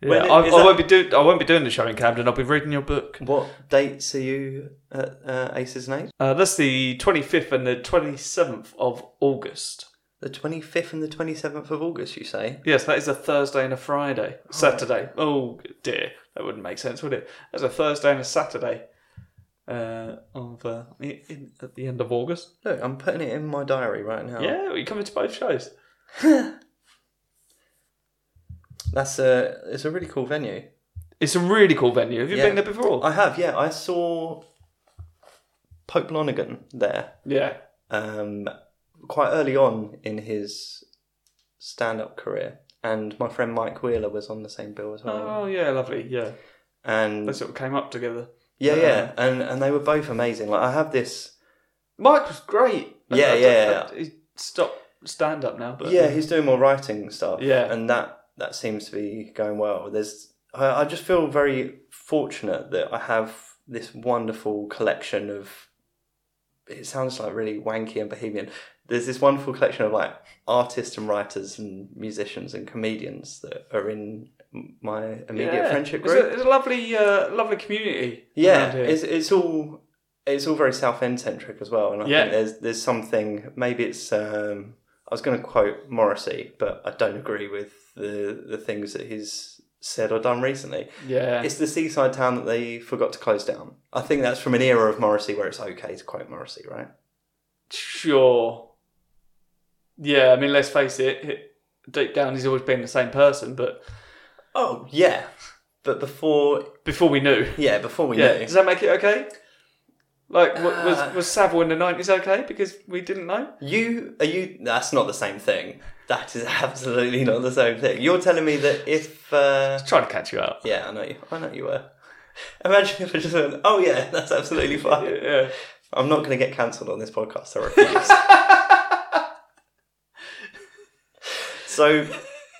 Speaker 1: Yeah,
Speaker 2: When
Speaker 1: I, I
Speaker 2: is that-
Speaker 1: won't be doing. I won't be doing the show in Camden. I'll be reading your book.
Speaker 2: What dates are you at uh, Aces and Eights?
Speaker 1: Uh, that's the 25th and the 27th of August.
Speaker 2: The 25th and the 27th of August, you say?
Speaker 1: Yes, that is a Thursday and a Friday. Saturday. Oh dear, that wouldn't make sense, would it? That's a Thursday and a Saturday. Uh, of uh, in, in- at the end of August.
Speaker 2: Look, I'm putting it in my diary right now.
Speaker 1: Yeah, are you coming to both shows?
Speaker 2: That's a, it's a really cool venue.
Speaker 1: It's a really cool venue. Have you
Speaker 2: Yeah.
Speaker 1: been there before?
Speaker 2: I have, yeah. I saw Pope Lonergan there
Speaker 1: yeah.
Speaker 2: um, quite early on in his stand up career. And my friend Mike Wheeler was on the same bill as well.
Speaker 1: Oh yeah, lovely. Yeah,
Speaker 2: and
Speaker 1: they sort of came up together.
Speaker 2: yeah, yeah. And, and they were both amazing. Like, I have this.
Speaker 1: Mike was great.
Speaker 2: Yeah,
Speaker 1: I- I-
Speaker 2: yeah.
Speaker 1: I- He stopped stand up now, but
Speaker 2: yeah, he's doing more writing stuff.
Speaker 1: Yeah.
Speaker 2: and that that seems to be going well. There's, I, I just feel very fortunate that I have this wonderful collection of. It sounds like really wanky and bohemian. There's this wonderful collection of like artists and writers and musicians and comedians that are in m- my immediate
Speaker 1: Yeah.
Speaker 2: friendship
Speaker 1: It's
Speaker 2: group.
Speaker 1: a, it's a lovely, uh, lovely community.
Speaker 2: Yeah,
Speaker 1: around here.
Speaker 2: it's it's all it's all very South End centric as well, and I
Speaker 1: Yeah.
Speaker 2: think there's there's something. Maybe it's um, I was going to quote Morrissey, but I don't agree with the the things that he's said or done recently.
Speaker 1: yeah,
Speaker 2: It's the seaside town that they forgot to close down. I think that's from an era of Morrissey where it's okay to quote Morrissey, right?
Speaker 1: sure. Yeah, I mean, let's face it. it- Deep down, he's always been the same person, but
Speaker 2: Oh yeah, but before
Speaker 1: before we knew,
Speaker 2: yeah before we
Speaker 1: yeah,
Speaker 2: knew,
Speaker 1: does that make it okay? Like, wa-
Speaker 2: Uh.
Speaker 1: was was Savile in the nineties okay because we didn't know?
Speaker 2: you are you. That's not the same thing. That is absolutely not the same thing. You're telling me that if. Uh,
Speaker 1: Trying to catch you out.
Speaker 2: Yeah, I know you. I know you were. Imagine if I just went, "Oh yeah, that's absolutely fine."
Speaker 1: Yeah,
Speaker 2: I'm not going to get cancelled on this podcast. I refuse. so,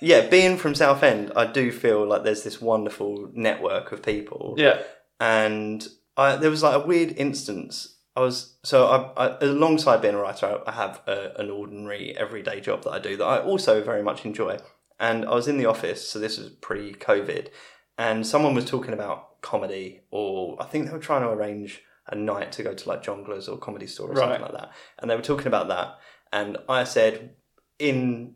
Speaker 2: yeah, being from Southend, I do feel like there's this wonderful network of people,
Speaker 1: yeah,
Speaker 2: and I, there was like a weird instance. I was so I, I alongside being a writer, I, I have a, an ordinary everyday job that I do that I also very much enjoy. And I was in the office, so this was pre-COVID, and someone was talking about comedy, or I think they were trying to arrange a night to go to like Jonglers or Comedy Store or something
Speaker 1: Right.
Speaker 2: like that. And they were talking about that, and I said, in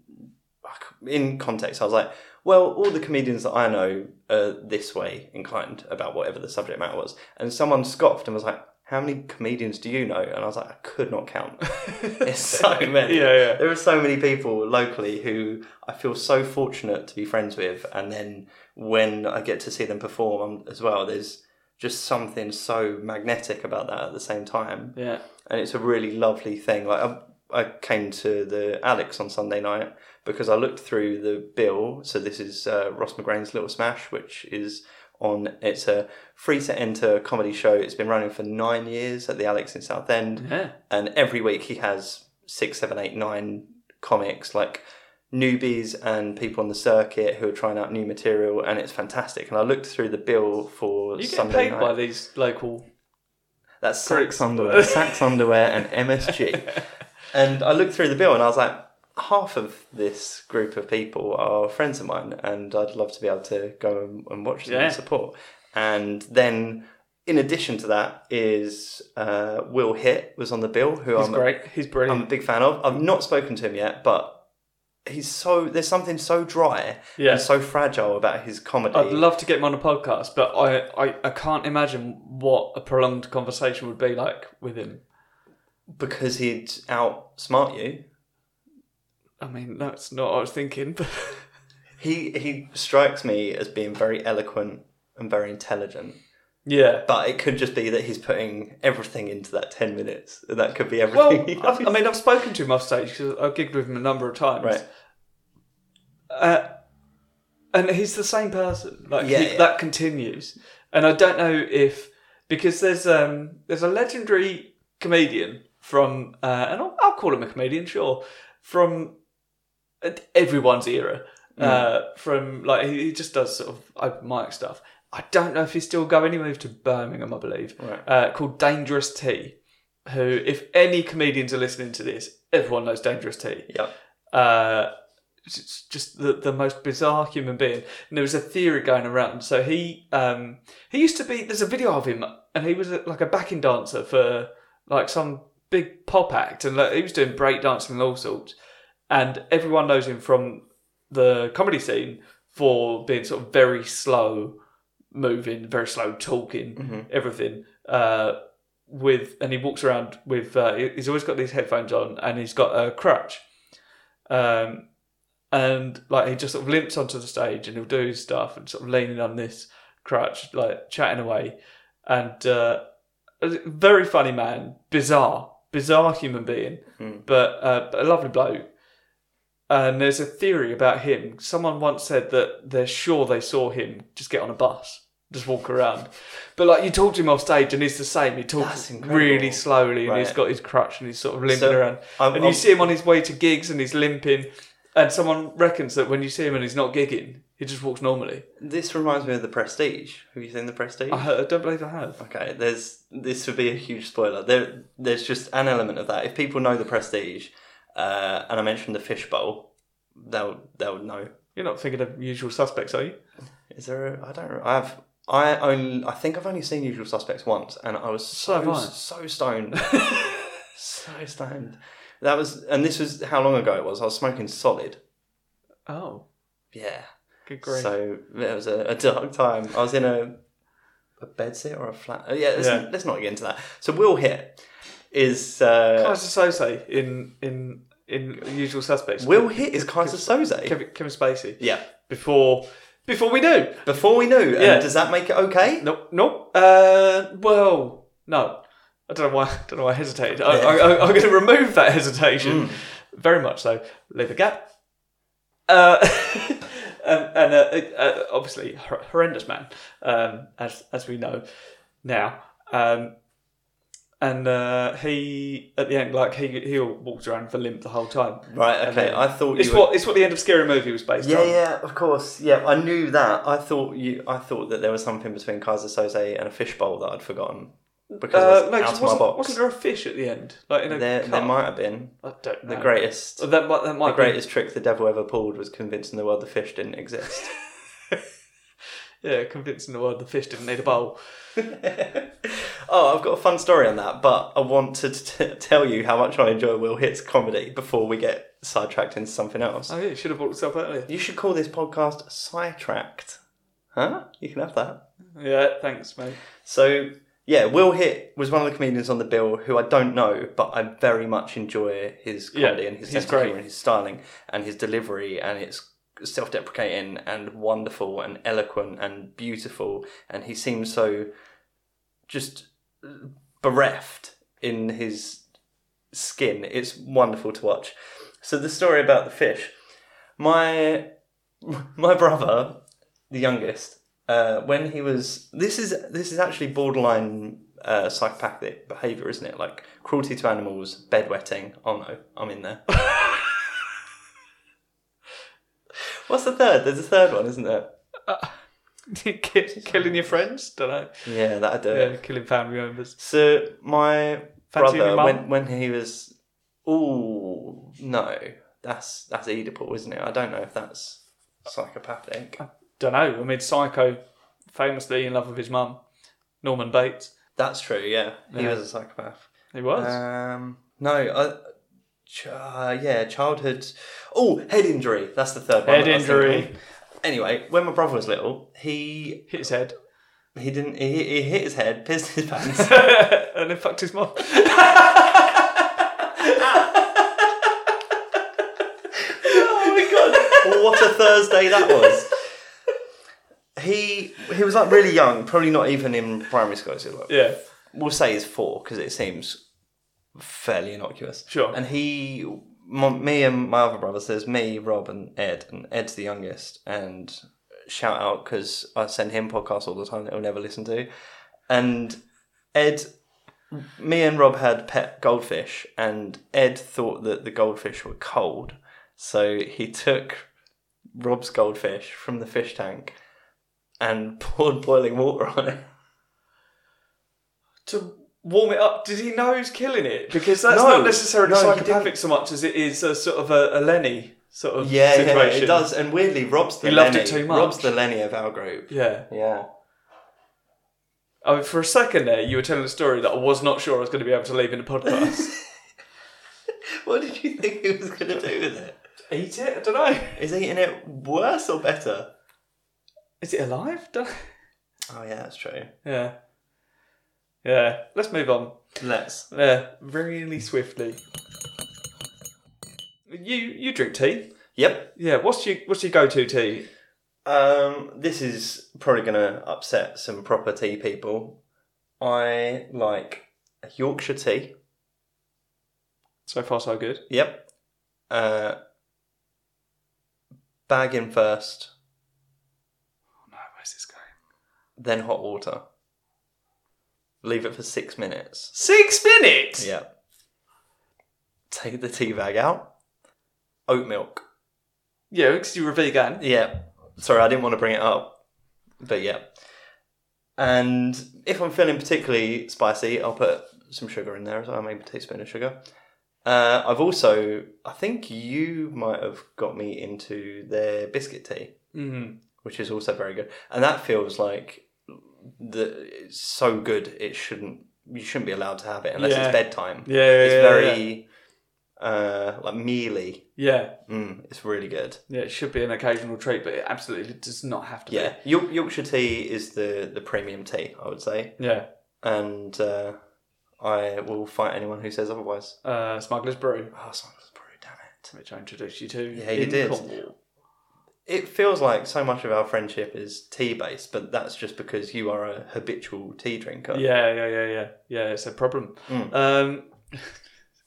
Speaker 2: in context, I was like, well, all the comedians that I know are this way inclined about whatever the subject matter was. And someone scoffed and was like, how many comedians do you know? And I was like, I could not count. It's so
Speaker 1: yeah,
Speaker 2: many.
Speaker 1: yeah.
Speaker 2: There are so many people locally who I feel so fortunate to be friends with. And then when I get to see them perform um, as well, there's just something so magnetic about that at the same time
Speaker 1: yeah.
Speaker 2: and it's a really lovely thing. Like I, I came to the Alex on Sunday night because I looked through the bill. So this is uh, Ross McGrane's Little Smash, which is on. It's a free to enter comedy show. It's been running for nine years at the Alex in Southend,
Speaker 1: Yeah.
Speaker 2: and every week he has six, seven, eight, nine comics like newbies and people on the circuit who are trying out new material and it's fantastic and I looked through the bill for
Speaker 1: You get
Speaker 2: Sunday
Speaker 1: paid
Speaker 2: night.
Speaker 1: by these local.
Speaker 2: That's Saks
Speaker 1: Pricks.
Speaker 2: underwear, Saks underwear, and MSG. and I looked through the bill and I was like, half of this group of people are friends of mine, and I'd love to be able to go and, and watch them
Speaker 1: Yeah.
Speaker 2: and support. And then, in addition to that, is uh, Will Hitt was on the bill, who
Speaker 1: He's
Speaker 2: I'm
Speaker 1: great. He's
Speaker 2: I'm a
Speaker 1: brilliant.
Speaker 2: big fan of. I've not spoken to him yet, but he's so there's something so dry
Speaker 1: Yeah.
Speaker 2: and so fragile about his comedy.
Speaker 1: I'd love to get him on a podcast, but I, I, I can't imagine what a prolonged conversation would be like with him.
Speaker 2: because he'd outsmart you.
Speaker 1: I mean, that's not what I was thinking, but
Speaker 2: He he strikes me as being very eloquent and very intelligent,
Speaker 1: yeah.
Speaker 2: but it could just be that he's putting everything into that ten minutes. That could be
Speaker 1: Well,
Speaker 2: everything. he
Speaker 1: I've, I
Speaker 2: does.
Speaker 1: mean, I've spoken to him off stage because I've gigged with him a number of times,
Speaker 2: right?
Speaker 1: Uh, and he's the same person. Like he-
Speaker 2: Yeah, yeah.
Speaker 1: that continues, and I don't know if because there's um there's a legendary comedian from uh, and I'll, I'll call him a comedian, sure, from uh, everyone's era.
Speaker 2: Mm.
Speaker 1: Uh, from like he, he just does sort of open mic stuff. I don't know if he's still going. He moved to Birmingham, I believe.
Speaker 2: Right.
Speaker 1: Uh, called Dangerous T. Who, if any comedians are listening to this, everyone knows Dangerous T
Speaker 2: Yeah.
Speaker 1: uh, it's just the, the most bizarre human being. And there was a theory going around. So he um, he used to be. There's a video of him, and he was a, like a backing dancer for like some big pop act, and like, he was doing break dancing and all sorts. And everyone knows him from the comedy scene for being sort of very slow moving, very slow talking, everything. Uh, with and he walks around with uh, he- he's always got these headphones on and he's got a crutch um, and like he just sort of limps onto the stage and he'll do his stuff and sort of leaning on this crutch like chatting away and uh, a very funny man bizarre bizarre human being
Speaker 2: Hmm.
Speaker 1: but, uh, but a lovely bloke and there's a theory about him someone once said that they're sure they saw him just get on a bus just walk around but like you talk to him off stage and he's the same he
Speaker 2: That's
Speaker 1: talks
Speaker 2: incredible.
Speaker 1: really slowly and he's
Speaker 2: Right.
Speaker 1: got his crutch and he's sort of limping
Speaker 2: So,
Speaker 1: around
Speaker 2: I'm-
Speaker 1: and you
Speaker 2: I'm-
Speaker 1: see him on his way to gigs and he's limping and someone reckons that when you see him and he's not gigging he just walks normally
Speaker 2: This reminds me of The Prestige. Have you seen The Prestige?
Speaker 1: i, I don't believe i have
Speaker 2: Okay, there's this would be a huge spoiler. There, there's just an element of that. If people know the Prestige, uh, and I mentioned the fishbowl, they'll they'll know.
Speaker 1: you're not thinking of usual suspects are you
Speaker 2: Is there? A, I don't. know. I've I only I think I've only seen Usual Suspects once, and I was so
Speaker 1: have I.
Speaker 2: so, stoned, so stoned. That was, and this was how long ago it was. I was smoking solid.
Speaker 1: oh
Speaker 2: Yeah.
Speaker 1: good grief
Speaker 2: So it was a, a dark time. I was in a a bedsit or a flat. oh, Yeah, let's,
Speaker 1: Yeah.
Speaker 2: let's not get into that. So Will Hit is uh,
Speaker 1: kaiser sose in in in usual suspects
Speaker 2: Will Hit is Kaiser Soze.
Speaker 1: kevin, kevin spacey
Speaker 2: Yeah.
Speaker 1: before before we knew
Speaker 2: Before we knew, and
Speaker 1: Yeah.
Speaker 2: does that make it okay?
Speaker 1: Nope, nope. Uh, well, no. I don't know why. I don't know why I hesitated. I, I, I, I'm going to remove that
Speaker 2: Mm.
Speaker 1: hesitation. Very much so. Leave a gap. Uh, um, and uh, uh, obviously, hor- horrendous man, um, as as we know now. Um, and uh, he at the end, like he he walks around for limp the whole time.
Speaker 2: Right.
Speaker 1: And
Speaker 2: Okay.
Speaker 1: then-
Speaker 2: I thought
Speaker 1: It's
Speaker 2: you. were-
Speaker 1: what it's what the end of Scary Movie was based
Speaker 2: yeah,
Speaker 1: on.
Speaker 2: yeah, of course. Yeah, I knew that. I thought you. I thought that there was something between Kaiser Soze and a fishbowl that I'd forgotten because I
Speaker 1: Uh, no,
Speaker 2: was
Speaker 1: 'cause
Speaker 2: out of my
Speaker 1: wasn't,
Speaker 2: box.
Speaker 1: wasn't there a fish at the end? Like in a
Speaker 2: there,
Speaker 1: cup?
Speaker 2: there might have been
Speaker 1: I don't know.
Speaker 2: the greatest.
Speaker 1: So Oh, that might that might
Speaker 2: The greatest trick the devil ever pulled was convincing the world the fish didn't exist.
Speaker 1: be, yeah, convincing the world the fish didn't need a bowl.
Speaker 2: Oh, I've got a fun story on that, but I wanted to t- tell you how much I enjoy Will Hitt's comedy before we get sidetracked into something else.
Speaker 1: Oh yeah, it should have brought itself earlier.
Speaker 2: You should call this podcast Sidetracked. Huh? You can have that.
Speaker 1: Yeah, thanks, mate.
Speaker 2: So, yeah, Will Hitt was one of the comedians on the bill who I don't know, but I very much enjoy his comedy
Speaker 1: Yeah,
Speaker 2: and his
Speaker 1: he's
Speaker 2: sense of
Speaker 1: great.
Speaker 2: humour and his styling and his delivery, and it's self deprecating and wonderful and eloquent and beautiful, and he seems so just bereft in his skin. It's wonderful to watch. So the story about the fish. My my brother, the youngest, uh, when he was this is this is actually borderline uh, psychopathic behavior, isn't it? Like cruelty to animals, bedwetting. Oh no, I'm in there. What's the third? There's a third one, isn't there?
Speaker 1: Ki- Killing your friends, don't know.
Speaker 2: Yeah, that'd do it.
Speaker 1: Yeah, killing family members.
Speaker 2: So my
Speaker 1: Fancy
Speaker 2: brother,
Speaker 1: your mum?
Speaker 2: when when he was, oh no, that's that's Oedipal, isn't it? I don't know if that's psychopathic.
Speaker 1: Don't know. I mean, Psycho, famously in love with his mum, Norman Bates.
Speaker 2: That's true. Yeah, he
Speaker 1: Yeah.
Speaker 2: was a psychopath.
Speaker 1: He was.
Speaker 2: Um, no, I, ch- uh, yeah, childhood. Oh, head injury. That's the third one.
Speaker 1: Head
Speaker 2: that I was
Speaker 1: injury.
Speaker 2: thinking. Anyway, when my brother was little, he
Speaker 1: Hit his head,
Speaker 2: he didn't he, he hit his head, pissed his pants,
Speaker 1: and then fucked his mum.
Speaker 2: what a Thursday that was. He he was like really young, probably not even in primary school. So like,
Speaker 1: Yeah,
Speaker 2: we'll say he's four because it seems fairly innocuous.
Speaker 1: Sure.
Speaker 2: And he, m me and my other brothers, there's me, Rob, and Ed, and Ed's the youngest. And shout out because I send him podcasts all the time that he'll never listen to. And Ed, me and Rob had pet goldfish, and Ed thought that the goldfish were cold, so he took Rob's goldfish from the fish tank and poured boiling water on it.
Speaker 1: to warm it up. Did he know he was killing it? Because that's
Speaker 2: No,
Speaker 1: not necessarily
Speaker 2: no, he
Speaker 1: psychopathic so much as it is a sort of a, a Lenny sort of
Speaker 2: Yeah, yeah,
Speaker 1: situation.
Speaker 2: it does. And weirdly, Rob's the
Speaker 1: He
Speaker 2: Lenny.
Speaker 1: loved it too much.
Speaker 2: Rob's the Lenny of our group.
Speaker 1: Yeah.
Speaker 2: Yeah.
Speaker 1: I mean, for a second there, you were telling a story that I was not sure I was going to be able to leave in a podcast.
Speaker 2: What did you think he was going to do with it?
Speaker 1: Eat it? I don't know.
Speaker 2: Is eating it worse or better?
Speaker 1: Is it alive? Don't...
Speaker 2: Oh yeah, that's true.
Speaker 1: Yeah. Yeah. Let's move on.
Speaker 2: Let's.
Speaker 1: Yeah. Really swiftly. You you drink tea?
Speaker 2: Yep.
Speaker 1: Yeah. What's your what's your go to tea?
Speaker 2: Um, this is probably going to upset some proper tea people. I like a Yorkshire tea.
Speaker 1: So far so good.
Speaker 2: Yep. Uh, bag in first,
Speaker 1: Oh no, where's this going?
Speaker 2: then hot water. Leave it for six minutes.
Speaker 1: Six minutes.
Speaker 2: Yep. Take the tea bag out. Oat milk.
Speaker 1: Yeah, because you were vegan.
Speaker 2: Yeah. Sorry, I didn't want to bring it up. But yeah. And if I'm feeling particularly spicy, I'll put some sugar in there as well, maybe a teaspoon of sugar. Uh, I've also, I think you might have got me into their biscuit tea,
Speaker 1: Mm.
Speaker 2: which is also very good. And that feels like the it's so good it shouldn't you shouldn't be allowed to have it unless
Speaker 1: Yeah.
Speaker 2: it's bedtime.
Speaker 1: Yeah,
Speaker 2: it's
Speaker 1: yeah,
Speaker 2: very uh like mealy.
Speaker 1: Yeah.
Speaker 2: Mm, it's really good.
Speaker 1: Yeah. It should be an occasional treat, but it absolutely does not have to
Speaker 2: Yeah, York- Yorkshire tea is the the premium tea, I would say,
Speaker 1: be. Yeah.
Speaker 2: and uh, I will fight anyone who says otherwise.
Speaker 1: Uh, Smuggler's Brew,
Speaker 2: Oh, Smuggler's Brew, damn
Speaker 1: which I introduced you to.
Speaker 2: Yeah, you
Speaker 1: in
Speaker 2: did.
Speaker 1: Cornwall.
Speaker 2: it! It feels like so much of our friendship is tea based, but that's just because you are a habitual tea drinker.
Speaker 1: Yeah, yeah, yeah, yeah. Yeah, it's a problem.
Speaker 2: Mm.
Speaker 1: Um,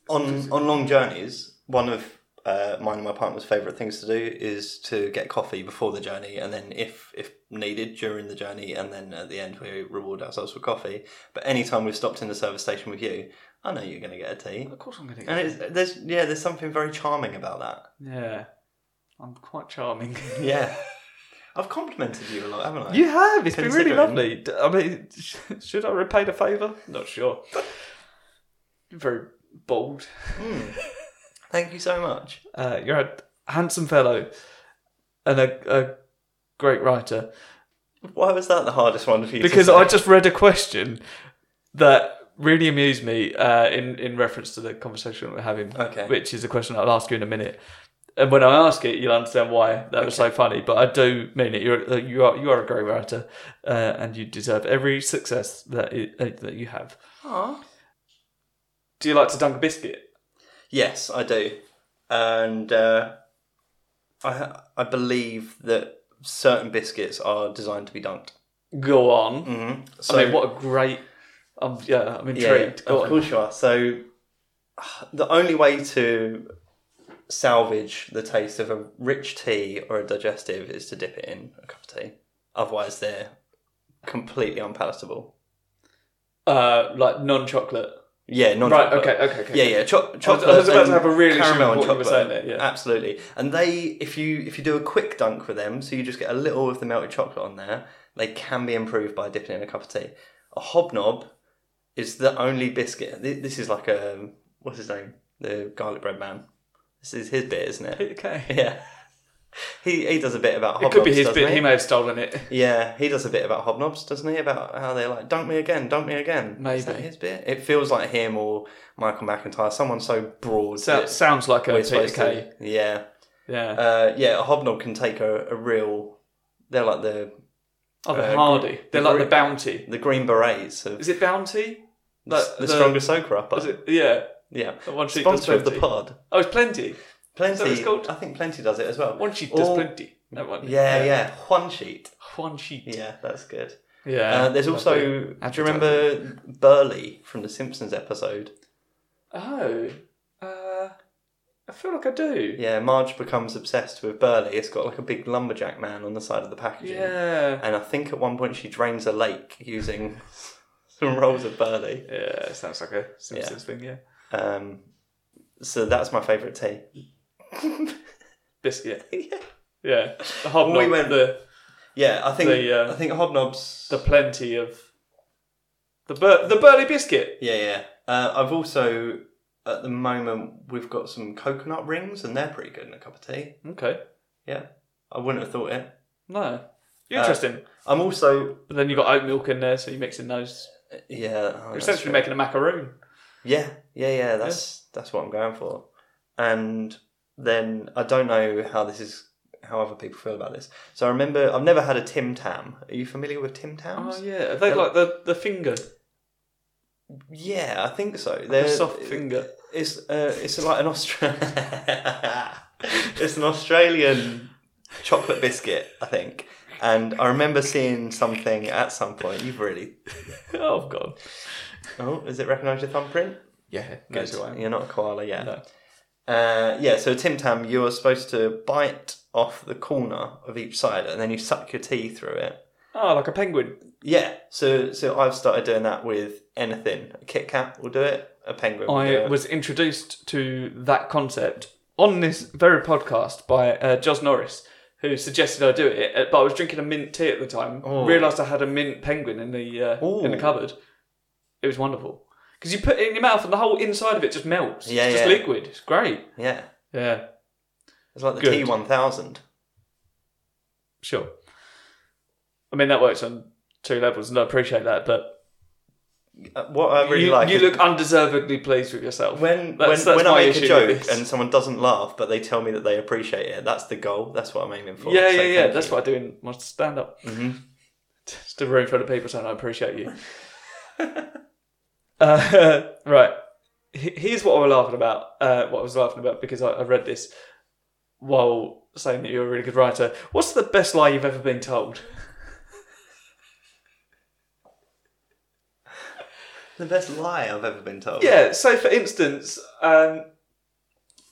Speaker 2: On on long journeys, one of uh, mine and my partner's favourite things to do is to get coffee before the journey, and then if if needed during the journey, and then at the end we reward ourselves with coffee. But any time we've stopped in the service station with you, I know you're going to get a tea.
Speaker 1: of course, I'm going to
Speaker 2: And
Speaker 1: get it.
Speaker 2: it's, there's yeah, there's something very charming about that.
Speaker 1: Yeah. I'm quite charming.
Speaker 2: Yeah, I've complimented you a lot, haven't I?
Speaker 1: You have. It's been really
Speaker 2: Considering-
Speaker 1: lovely. D- I mean, sh- should I repay the favour? Not sure. Very bold.
Speaker 2: Thank you so much.
Speaker 1: Uh, you're a handsome fellow and a, a great writer.
Speaker 2: Why was that the hardest one for you? to
Speaker 1: because
Speaker 2: say?
Speaker 1: I just read a question that really amused me uh, in in reference to the conversation we're having.
Speaker 2: Okay.
Speaker 1: which is a question I'll ask you in a minute. And when I ask it, you'll understand why that was so funny. But I do mean it. You're uh, you are you are a great writer, uh, and you deserve every success that i uh, that you have.
Speaker 2: Aw.
Speaker 1: Do you like to dunk a biscuit?
Speaker 2: yes, I do, and uh, I I believe that certain biscuits are designed to be dunked.
Speaker 1: Go on.
Speaker 2: Mm-hmm. So
Speaker 1: I mean, what a great. Um, Mm. yeah, I'm
Speaker 2: yeah,
Speaker 1: intrigued. Go
Speaker 2: of
Speaker 1: on.
Speaker 2: course you are. So the only way to salvage the taste of a rich tea or a digestive is to dip it in a cup of tea. Otherwise, they're completely unpalatable.
Speaker 1: Uh, like non-chocolate.
Speaker 2: Yeah, non
Speaker 1: Right. Okay. Okay. okay.
Speaker 2: Yeah, yeah, cho- chocolate.
Speaker 1: I was about
Speaker 2: and
Speaker 1: to have a real issue
Speaker 2: caramel
Speaker 1: with
Speaker 2: and
Speaker 1: what you were saying
Speaker 2: chocolate.
Speaker 1: there, yeah.
Speaker 2: Absolutely, and they if you if you do a quick dunk with them, so you just get a little of the melted chocolate on there. They can be improved by dipping in a cup of tea. A hobnob is the only biscuit. thi- This is like a what's his name, the garlic bread man. This is his bit, isn't it?
Speaker 1: Okay.
Speaker 2: Yeah, he he does a bit about
Speaker 1: It
Speaker 2: hobnobs.
Speaker 1: could be his
Speaker 2: doesn't
Speaker 1: bit.
Speaker 2: He?
Speaker 1: He may have stolen it.
Speaker 2: Yeah, he does a bit about hobnobs, doesn't he? About how they're like, dunk me again, dunk me again.
Speaker 1: Maybe.
Speaker 2: Is that his bit? It feels like him or Michael McIntyre, someone so broad.
Speaker 1: So,
Speaker 2: that
Speaker 1: sounds like a
Speaker 2: we're
Speaker 1: Peter
Speaker 2: supposed
Speaker 1: Kay.
Speaker 2: to. Yeah.
Speaker 1: Yeah.
Speaker 2: Uh, yeah, a hobnob can take a, a real. They're like the
Speaker 1: oh, they're
Speaker 2: uh,
Speaker 1: hardy. They're like the
Speaker 2: group-
Speaker 1: bounty.
Speaker 2: the Green Berets of
Speaker 1: Is it bounty?
Speaker 2: the,
Speaker 1: like
Speaker 2: the,
Speaker 1: the-
Speaker 2: strongest ochre upper.
Speaker 1: Is it? Yeah.
Speaker 2: Yeah.
Speaker 1: The one sheep does
Speaker 2: Sponsor of the
Speaker 1: plenty.
Speaker 2: pod.
Speaker 1: Oh, it's plenty.
Speaker 2: Plenty.
Speaker 1: what it's called?
Speaker 2: I think Plenty does it as well.
Speaker 1: One sheep does
Speaker 2: Or-
Speaker 1: plenty. That one.
Speaker 2: Yeah, yeah. One sheet.
Speaker 1: One sheep.
Speaker 2: Yeah, that's good.
Speaker 1: Yeah.
Speaker 2: Uh, there's also.
Speaker 1: Lovely.
Speaker 2: Do you remember Burley from the Simpsons episode?
Speaker 1: Oh. Uh, I feel like I do.
Speaker 2: Yeah, Marge becomes obsessed with Burley. It's got like a big lumberjack man on the side of the packaging.
Speaker 1: Yeah.
Speaker 2: And I think at one point she drains a lake using some rolls of Burley.
Speaker 1: Yeah. it sounds like a Simpsons thing. Yeah.
Speaker 2: Um, so that's my favourite tea.
Speaker 1: Biscuit. Yeah. The hobnob.
Speaker 2: We went-
Speaker 1: the
Speaker 2: yeah, I think
Speaker 1: The, uh,
Speaker 2: I think hobnobs.
Speaker 1: the plenty of the bur- the burly biscuit.
Speaker 2: yeah, yeah. Uh, I've also uh, at the moment we've got some coconut rings, and they're pretty good in a cup of tea.
Speaker 1: Okay.
Speaker 2: Yeah, I wouldn't have thought it. Uh,
Speaker 1: No. Interesting.
Speaker 2: I'm also
Speaker 1: but then you've got oat milk in there, so you're mixing those.
Speaker 2: yeah, oh,
Speaker 1: You're
Speaker 2: that's
Speaker 1: essentially
Speaker 2: true.
Speaker 1: making a macaroon.
Speaker 2: yeah, yeah, yeah. That's that's what I'm going for. And then I don't know how this is. How other people feel about this. So I remember I've never had a Tim Tam. Are you familiar with Tim Tams?
Speaker 1: Oh, yeah. Are they like the, the finger?
Speaker 2: Yeah, I think so. They're
Speaker 1: soft finger.
Speaker 2: It's uh, it's like an Australian. it's an Australian chocolate biscuit, I think. And I remember seeing something at some point. You've really
Speaker 1: Oh, God.
Speaker 2: oh, is it recognise your thumbprint?
Speaker 1: Yeah.
Speaker 2: Good.
Speaker 1: Goes away.
Speaker 2: You're not a koala yet.
Speaker 1: No.
Speaker 2: Uh, yeah. So Tim Tam, you are supposed to bite off the corner of each side, and then you suck your tea through it.
Speaker 1: Oh, like a penguin.
Speaker 2: Yeah. So so I've started doing that with anything. A Kit Kat will do it. A penguin. Will do
Speaker 1: I
Speaker 2: it.
Speaker 1: was introduced to that concept on this very podcast by uh, Jos Norris, who suggested I do it. uh, But I was drinking a mint tea at the time.
Speaker 2: Oh.
Speaker 1: Realised I had a mint penguin in the uh, in the
Speaker 2: Ooh.
Speaker 1: cupboard. It was wonderful because you put it in your mouth and the whole inside of it just melts.
Speaker 2: Yeah,
Speaker 1: it's just
Speaker 2: yeah.
Speaker 1: liquid. It's great.
Speaker 2: Yeah.
Speaker 1: Yeah,
Speaker 2: It's like the
Speaker 1: Good.
Speaker 2: T1000.
Speaker 1: sure. I mean that works on two levels, and I appreciate that. But
Speaker 2: Uh, What I really
Speaker 1: you,
Speaker 2: like
Speaker 1: you
Speaker 2: is
Speaker 1: look undeservedly pleased with yourself.
Speaker 2: when
Speaker 1: That's-
Speaker 2: when,
Speaker 1: that's
Speaker 2: when I
Speaker 1: my
Speaker 2: make
Speaker 1: issue
Speaker 2: a
Speaker 1: with
Speaker 2: joke
Speaker 1: this.
Speaker 2: and someone doesn't laugh, but they tell me that they appreciate it. That's the goal. That's what I'm aiming for.
Speaker 1: Yeah,
Speaker 2: So
Speaker 1: yeah, yeah.
Speaker 2: thank
Speaker 1: That's
Speaker 2: you. Mm-hmm.
Speaker 1: what I do in my stand up. Just a room full of people saying, I appreciate you. uh, right. H- Here's what I was laughing about. Uh, what I was laughing about because I, I read this while saying that you're a really good writer. What's the best lie you've ever been told?
Speaker 2: the best lie I've ever been told.
Speaker 1: Yeah, so for instance, um,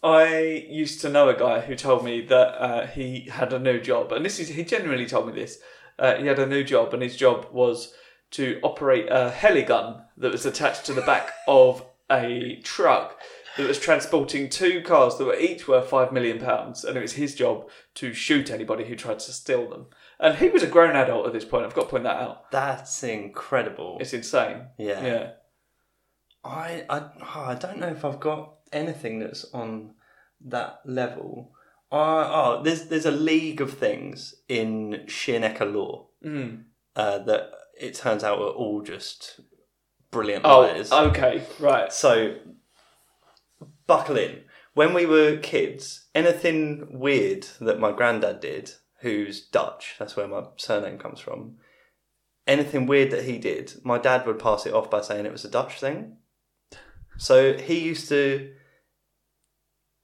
Speaker 1: I used to know a guy who told me that uh, he had a new job, and this is he genuinely told me this. Uh, he had a new job, and his job was to operate a heligun that was attached to the back of a truck that was transporting two cars that were each worth five million pounds, and it was his job to shoot anybody who tried to steal them. And he was a grown adult at this point. I've got to point that out.
Speaker 2: that's incredible.
Speaker 1: It's insane.
Speaker 2: Yeah.
Speaker 1: Yeah.
Speaker 2: I I oh, I don't know if I've got anything that's on that level. Uh, oh, there's there's a league of things in Shineka law
Speaker 1: Mm.
Speaker 2: uh, that it turns out are all just brilliant
Speaker 1: Oh,
Speaker 2: lies.
Speaker 1: okay. Right.
Speaker 2: So, buckle in. When we were kids, anything weird that my granddad did, who's Dutch, that's where my surname comes from, anything weird that he did, my dad would pass it off by saying it was a Dutch thing. So he used to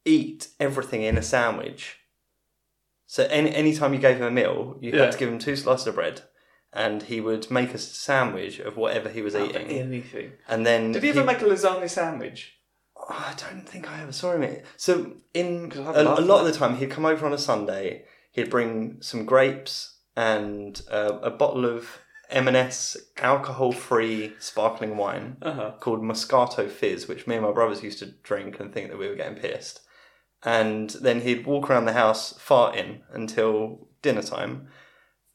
Speaker 2: eat everything in a sandwich. So any any time you gave him a meal, you
Speaker 1: Yeah.
Speaker 2: had to give him two slices of bread, and he would make a sandwich of whatever he was eating.
Speaker 1: Anything.
Speaker 2: And then
Speaker 1: Did he ever make a lasagna sandwich?
Speaker 2: Oh, I don't think I ever saw him. eat. So in
Speaker 1: 'Cause I
Speaker 2: a,
Speaker 1: haven't laughed
Speaker 2: a lot
Speaker 1: at
Speaker 2: of the time, he'd come over on a Sunday. He'd bring some grapes and uh, a bottle of M&S alcohol-free sparkling wine
Speaker 1: Uh-huh.
Speaker 2: called Moscato Fizz, which me and my brothers used to drink and think that we were getting pissed. And then he'd walk around the house farting until dinner time,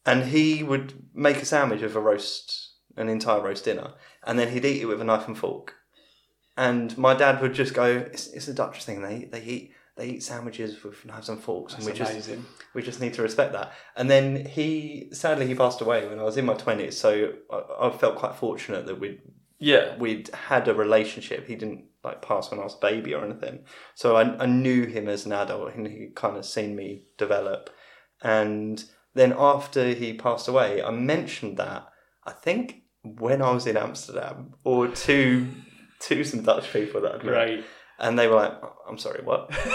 Speaker 2: and he would make a sandwich of a roast, an entire roast dinner, and then he'd eat it with a knife and fork. And my dad would just go, "It's, it's a Dutch thing. They they eat they eat sandwiches with knives and forks, and we
Speaker 1: That's
Speaker 2: just
Speaker 1: amazing.
Speaker 2: we just need to respect that. And then he sadly he passed away when I was in my twenties, so I, I felt quite fortunate that we
Speaker 1: Yeah.
Speaker 2: we'd had a relationship. He didn't like pass when I was a baby or anything. So I, I knew him as an adult and he kind of seen me develop. And then after he passed away, I mentioned that I think when I was in Amsterdam or to to some Dutch people that I'd met.
Speaker 1: Great.
Speaker 2: And they were like, I'm sorry, what?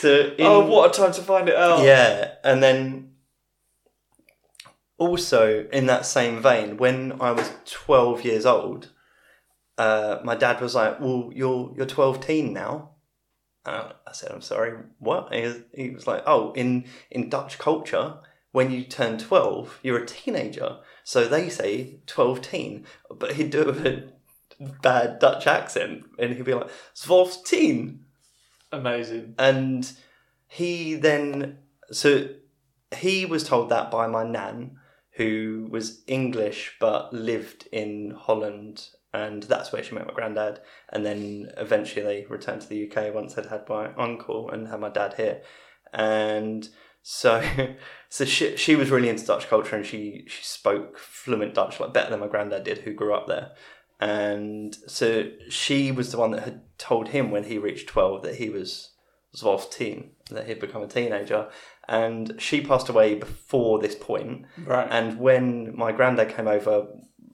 Speaker 2: so in-
Speaker 1: oh, what a time to find it out.
Speaker 2: yeah, and then also in that same vein, when I was twelve years old, uh, my dad was like, "Well, you're you're twelve teen now." And I said, "I'm sorry, what?" He was, he was like, "Oh, in in Dutch culture, when you turn twelve, you're a teenager, so they say twelve teen." But he'd do it with a bad Dutch accent, and he'd be like, "12 teen."
Speaker 1: Amazing.
Speaker 2: and he then so he was told that by my nan who was english but lived in holland and that's where she met my granddad. And then eventually returned to the UK once I'd had my uncle and had my dad here. And so, so she she was really into Dutch culture and she she spoke fluent Dutch, like better than my granddad did, who grew up there. And so she was the one that had told him when he reached twelve that he was teen, that he'd become a teenager. And she passed away before this point.
Speaker 1: Right.
Speaker 2: And when my granddad came over,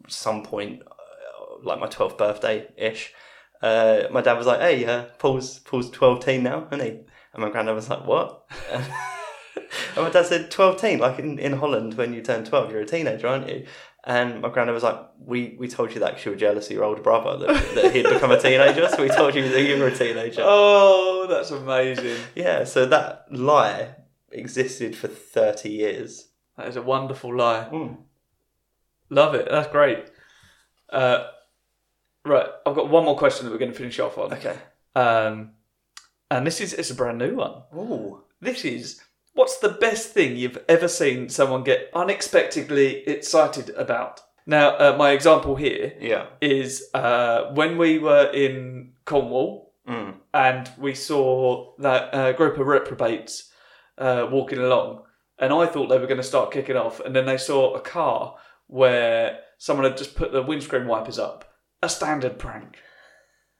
Speaker 2: some point, uh, like my 12th birthday ish, uh, my dad was like, hey, uh, Paul's, Paul's 12 teen now, isn't he? And my granddad was like, what? and my dad said, 12 teen, like in, in Holland, when you turn 12, you're a teenager, aren't you? And my granddad was like, we, we told you that because you were jealous of your older brother, that, that he'd become a teenager, so we told you that you were a teenager.
Speaker 1: Oh, that's amazing.
Speaker 2: Yeah, so that lie existed for 30 years.
Speaker 1: That is a wonderful lie.
Speaker 2: Mm.
Speaker 1: Love it. That's great. Uh, right, I've got one more question that we're going to finish off on.
Speaker 2: Okay.
Speaker 1: Um, and this is it's a brand new one.
Speaker 2: Ooh.
Speaker 1: This is what's the best thing you've ever seen someone get unexpectedly excited about? Now, uh, my example here
Speaker 2: Yeah.
Speaker 1: is uh, when we were in Cornwall
Speaker 2: Mm.
Speaker 1: and we saw that uh, group of reprobates uh, walking along, and I thought they were going to start kicking off, and then they saw a car where someone had just put the windscreen wipers up, a standard prank.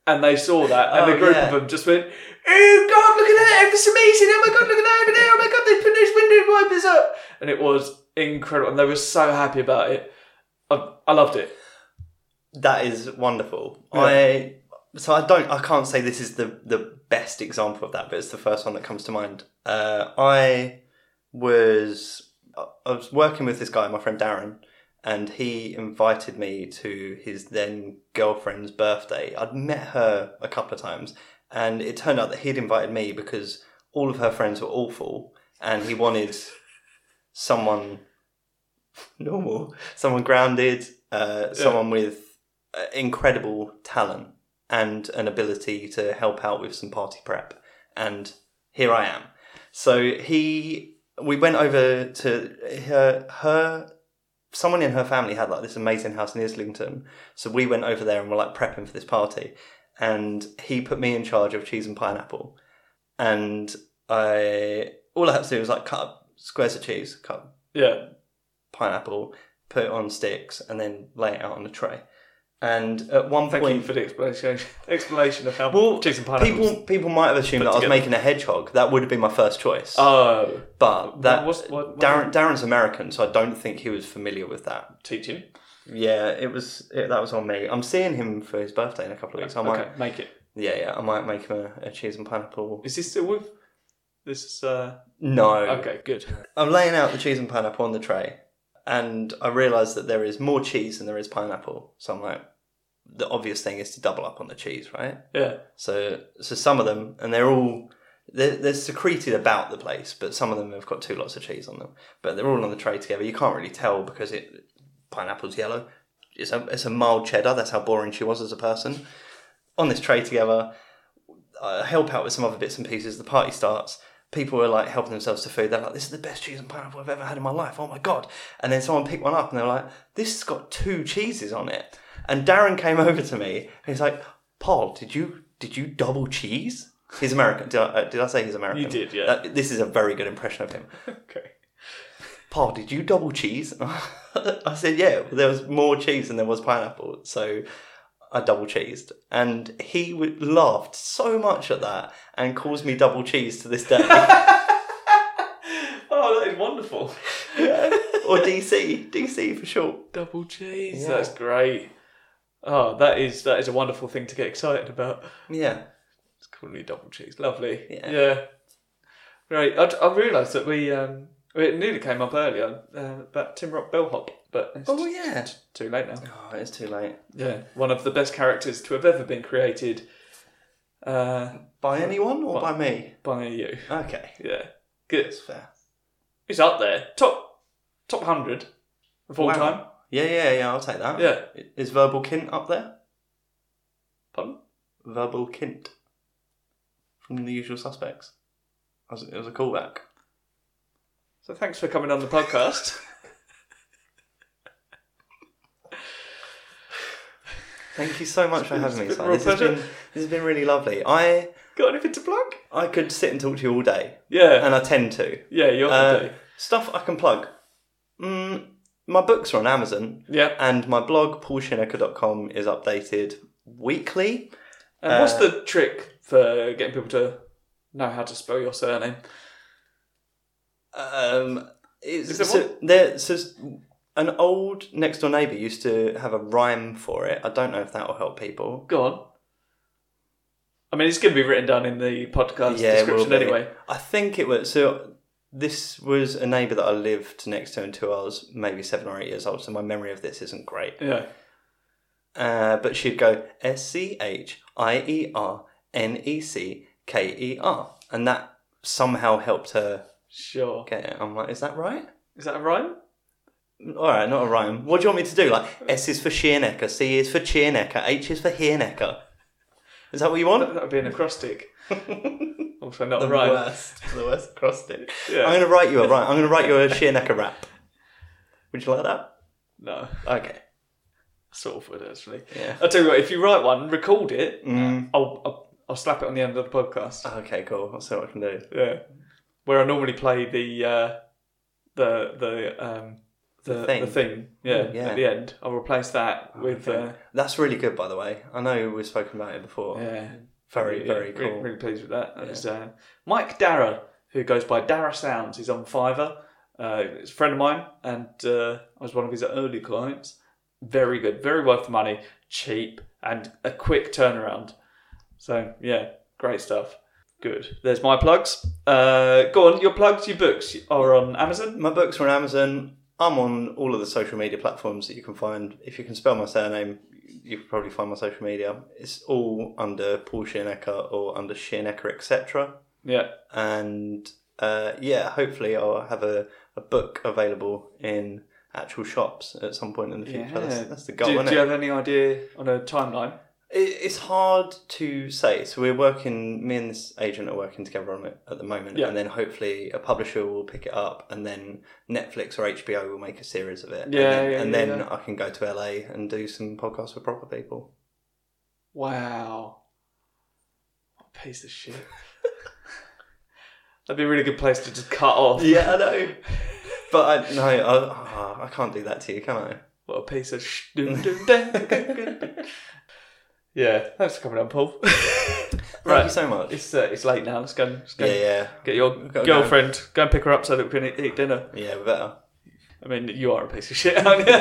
Speaker 1: And they saw that, and
Speaker 2: Oh,
Speaker 1: the group
Speaker 2: yeah.
Speaker 1: of them just went, "Oh God, look at that! It's amazing! Oh my God, look at that over there! Oh my God, they put those window wipers up!" And it was incredible, and they were so happy about it. I, I loved it.
Speaker 2: That is wonderful. I so I don't I can't say this is the the best example of that, but it's the first one that comes to mind. Uh, I was I was working with this guy, my friend Darren, and he invited me to his then girlfriend's birthday. I'd met her a couple of times, and it turned out that he'd invited me because all of her friends were awful, and he wanted someone normal, someone grounded, uh, someone with uh, incredible talent and an ability to help out with some party prep. And here I am. So he, we went over to her, her someone in her family had like this amazing house in Islington. So we went over there and were like prepping for this party. And he put me in charge of cheese and pineapple. And I, all I had to do was like cut up squares of cheese, cut up
Speaker 1: Yeah,
Speaker 2: pineapple, put it on sticks, and then lay it out on a tray. And at one
Speaker 1: thank you
Speaker 2: point,
Speaker 1: for the explanation. Explanation of how
Speaker 2: Well,
Speaker 1: cheese and pineapples.
Speaker 2: people people might have assumed that I was
Speaker 1: together.
Speaker 2: making a hedgehog. That would have been my first choice.
Speaker 1: oh,
Speaker 2: but that
Speaker 1: what's- what- what-
Speaker 2: Darren Darren's American, so I don't think he was familiar with that.
Speaker 1: teach him.
Speaker 2: Yeah, it was it, that was on me. I'm seeing him for his birthday in a couple of weeks. I might,
Speaker 1: Okay, make it.
Speaker 2: yeah, yeah, I might make him a, a cheese and pineapple.
Speaker 1: Is this still with? This is uh.
Speaker 2: No,
Speaker 1: Okay, good.
Speaker 2: I'm laying out the cheese and pineapple on the tray, and I realise that there is more cheese than there is pineapple. So I'm like, the obvious thing is to double up on the cheese, right?
Speaker 1: Yeah.
Speaker 2: So so some of them, and they're all they're, they're secreted about the place, but some of them have got two lots of cheese on them. But they're all on the tray together. You can't really tell because it pineapple's yellow. It's a it's a mild cheddar. That's how boring she was as a person. On this tray together, I help out with some other bits and pieces. The party starts. People are like helping themselves to food. They're like, "This is the best cheese and pineapple I've ever had in my life." Oh my god! And then someone picked one up, and they're like, "This has got two cheeses on it." And Darren came over to me, and he's like, "Paul, did you did you double cheese?" He's American. Did I, uh, did I say he's American?
Speaker 1: You did, yeah.
Speaker 2: That- this is a very good impression of him.
Speaker 1: Okay.
Speaker 2: Paul, did you double cheese? I said, yeah, well, there was more cheese than there was pineapple. So I double cheesed. And he would, laughed so much at that and calls me double cheese to this day.
Speaker 1: Oh, that is wonderful.
Speaker 2: or DC, DC for short.
Speaker 1: Double cheese. That's great. Oh, that is that is a wonderful thing to get excited about.
Speaker 2: Yeah.
Speaker 1: It's called me double cheese. Lovely.
Speaker 2: Yeah.
Speaker 1: Right. I, I realised that we um it nearly came up earlier uh, about Tim Rock Bellhop, but it's
Speaker 2: Oh, yeah.
Speaker 1: too late now.
Speaker 2: Oh, it's too late.
Speaker 1: Yeah. One of the best characters to have ever been created. Uh,
Speaker 2: By anyone or by me?
Speaker 1: by you.
Speaker 2: Okay.
Speaker 1: Yeah. Good.
Speaker 2: That's fair.
Speaker 1: It's up there. Top top hundred of all
Speaker 2: Wow.
Speaker 1: time.
Speaker 2: Yeah, yeah, yeah, I'll take that.
Speaker 1: Yeah.
Speaker 2: Is verbal kint up there?
Speaker 1: Pardon?
Speaker 2: Verbal kint. From the usual suspects. That was- It was a callback.
Speaker 1: So thanks for coming on the podcast.
Speaker 2: Thank you so much for having me,
Speaker 1: It's been
Speaker 2: Si.
Speaker 1: a real
Speaker 2: This has
Speaker 1: pleasure.
Speaker 2: been this has been really lovely. I
Speaker 1: Got anything to plug?
Speaker 2: I could sit and talk to you all day,
Speaker 1: Yeah,
Speaker 2: and I tend to.
Speaker 1: yeah, you
Speaker 2: Uh,
Speaker 1: often do.
Speaker 2: Stuff I can plug. Mm, my books are on Amazon,
Speaker 1: Yeah.
Speaker 2: and my blog paulshinneker.com is updated weekly.
Speaker 1: And
Speaker 2: uh,
Speaker 1: what's the trick for getting people to know how to spell your surname?
Speaker 2: Um, it's,
Speaker 1: Is there
Speaker 2: so,
Speaker 1: one?
Speaker 2: there, so s- an old next door neighbour used to have a rhyme for it. I don't know if that will help people.
Speaker 1: Go on. I mean, it's going to be written down in the podcast
Speaker 2: it will
Speaker 1: description
Speaker 2: be.
Speaker 1: anyway.
Speaker 2: I think it was so. This was a neighbour that I lived next to until I was maybe seven or eight years old, so my memory of this isn't great.
Speaker 1: Yeah.
Speaker 2: Uh, but she'd go S C H I E R N E C K E R, and that somehow helped her
Speaker 1: Sure.
Speaker 2: get it. I'm like, is that right?
Speaker 1: Is that a rhyme?
Speaker 2: All right, not a rhyme. What do you want me to do? Like S is for Sheernecker, C is for Cheernecker, H is for Heernecker. Is that what you want?
Speaker 1: That would be an acrostic. also not
Speaker 2: The
Speaker 1: a rhyme.
Speaker 2: worst, the worst crossed it.
Speaker 1: Yeah.
Speaker 2: I'm going to write you a rhyme. I'm going to write you a Sheernecker rap. Would you like that?
Speaker 1: No,
Speaker 2: Okay.
Speaker 1: sort of would actually.
Speaker 2: Yeah.
Speaker 1: I'll tell you what. If you write one, record it.
Speaker 2: Mm.
Speaker 1: I'll, I'll I'll slap it on the end of the podcast.
Speaker 2: Okay, cool. I'll see what I can do.
Speaker 1: Yeah. Where I normally play the uh, the the um the,
Speaker 2: The
Speaker 1: the
Speaker 2: thing.
Speaker 1: thing. Yeah,
Speaker 2: Yeah. Oh,
Speaker 1: At the end, I'll replace that with uh,
Speaker 2: That's really good, by the way. I know we've spoken about it before.
Speaker 1: yeah.
Speaker 2: Very,
Speaker 1: Yeah, really-
Speaker 2: very cool.
Speaker 1: Really pleased with that. That was, uh, Mike Dara, who goes by Dara Sounds, he's on Fiverr. Uh, he's a friend of mine, and uh, I was one of his early clients. Very good, very worth the money, cheap, and a quick turnaround. So yeah, great stuff. Good. There's my plugs. Uh, go on, your plugs, your books are on Amazon.
Speaker 2: My books are on Amazon. I'm on all of the social media platforms that you can find. If you can spell my surname, you can probably find my social media. It's all under Paul Schienecker or under Schienecker, etc.
Speaker 1: Yeah,
Speaker 2: And uh, yeah, hopefully I'll have a, a book available in actual shops at some point in the future. That's, that's the goal,
Speaker 1: Do,
Speaker 2: isn't
Speaker 1: do you
Speaker 2: it?
Speaker 1: have any idea on a timeline?
Speaker 2: It- It's hard to say. So we're working. Me and this agent are working together on it at the moment,
Speaker 1: Yeah.
Speaker 2: and then hopefully a publisher will pick it up, and then Netflix or HBO will make a series of it.
Speaker 1: Yeah,
Speaker 2: and then,
Speaker 1: yeah,
Speaker 2: and
Speaker 1: yeah,
Speaker 2: then
Speaker 1: yeah.
Speaker 2: I can go to LA and do some podcasts with proper people.
Speaker 1: Wow. What a piece of shit. That'd be a really good place to just cut off.
Speaker 2: Yeah, I know. but I no, I, ah, I can't do that to you, can I?
Speaker 1: What a piece of sh. dun, dun, dun, dun, dun, dun, dun. yeah, thanks for coming on, Paul.
Speaker 2: Thank
Speaker 1: right,
Speaker 2: you so much.
Speaker 1: it's uh, it's late now. Let's go. and- Let's go
Speaker 2: Yeah,
Speaker 1: and
Speaker 2: yeah,
Speaker 1: Get your
Speaker 2: gotta go.
Speaker 1: girlfriend. Go. and pick her up so that we can eat, eat dinner.
Speaker 2: yeah. We better.
Speaker 1: I mean, you are a piece of shit, aren't you?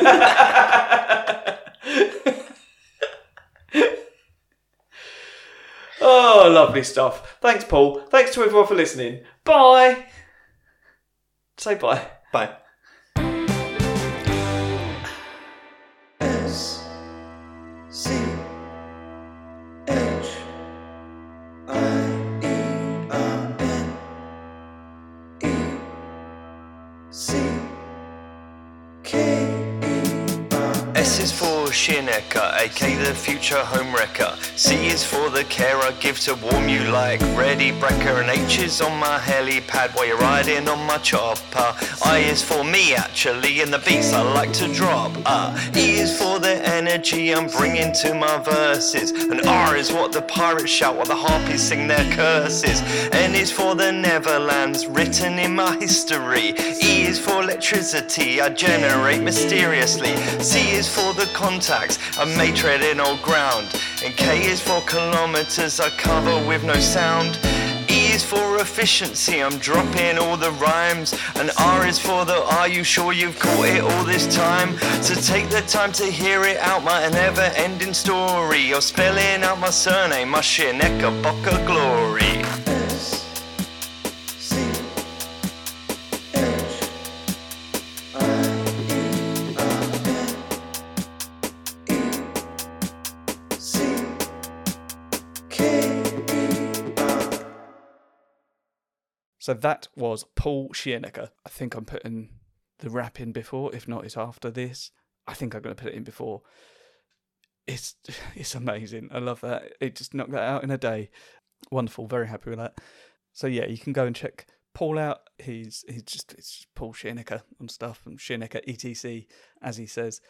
Speaker 1: oh, lovely stuff. Thanks, Paul. Thanks to everyone for listening. Bye. Say bye.
Speaker 2: Bye.
Speaker 5: S C H I E R N E C K E R
Speaker 6: S is for Sheernecker, aka the future homewrecker. C is for the care I give to warm you like ready brecker. And H is on my helipad while you're riding on my chopper. I is for me actually, and the beats I like to drop. Uh, e is for the energy I'm bringing to my verses. And R is what the pirates shout while the harpies sing their curses. N is for the Neverlands written in my history. E is for electricity I generate mysteriously. C is for the contacts I may tread in old ground. And K is for kilometers I cover with no sound. E is for efficiency, I'm dropping all the rhymes. And R is for the are you sure you've caught it all this time? So take the time to hear it out, my never ending story. You're spelling out my surname, my Shinekabaka glory.
Speaker 5: S C H I E R N E C K E R
Speaker 7: So that was Paul Schiernecker. I think I'm putting the rap in before. If not, it's after this. I think I'm going to put it in before. It's it's amazing. I love that. It just knocked that out in a day. Wonderful. Very happy with that. So yeah, you can go and check Paul out. E He's he's just it's just Paul Schiernecker and stuff and Schiernecker etc. As he says,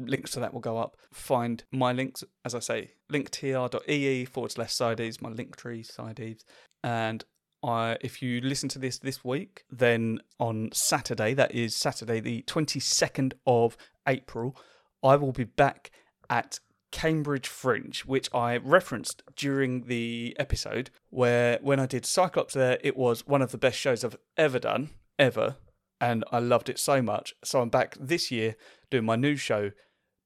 Speaker 1: Links to that will go up. Find my links, as I say,
Speaker 7: E
Speaker 1: linktr.ee forward slash sides, my link tree sides. And I, if you listen to this this week, then on Saturday, that is Saturday, the 22nd of April, I will be back at Cambridge Fringe, which I referenced during the episode, where when I did Cyclops there, it was one of the best shows I've ever done, ever, and I loved it so much. So I'm back this year doing my new show,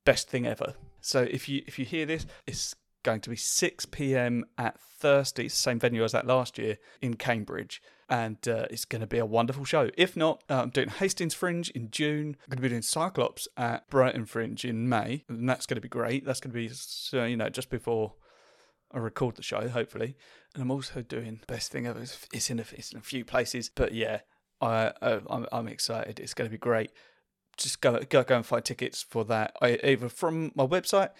Speaker 1: Best Thing Ever. So if you if you hear this, it's going to be 6 p.m. at Thursday, same venue as that last year in Cambridge. And uh, it's going to be a wonderful show. If not, uh, I'm doing Hastings Fringe in June. I'm going to be doing Cyclops at Brighton Fringe in May. And that's going to be great. That's going to be, so, you know, just before I record the show, hopefully. And I'm also doing best thing ever. It's it's in a, it's in a few places, but yeah, I, I I'm, I'm excited. It's going to be great. Just go go go and find tickets for that I, either from my website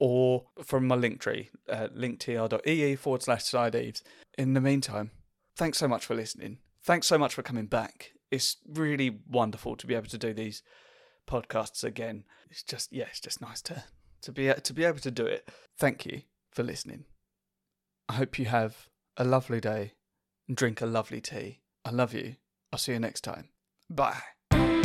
Speaker 1: or from my link tree, uh, linktr.ee forward slash side eaves. In the meantime, thanks so much for listening. Thanks so much for coming back. It's really wonderful to be able to do these podcasts again. It's just yeah, it's just nice to to be to be able to do it. Thank you for listening. I hope you have a lovely day and drink a lovely tea. I love you. I'll see you next time. Bye.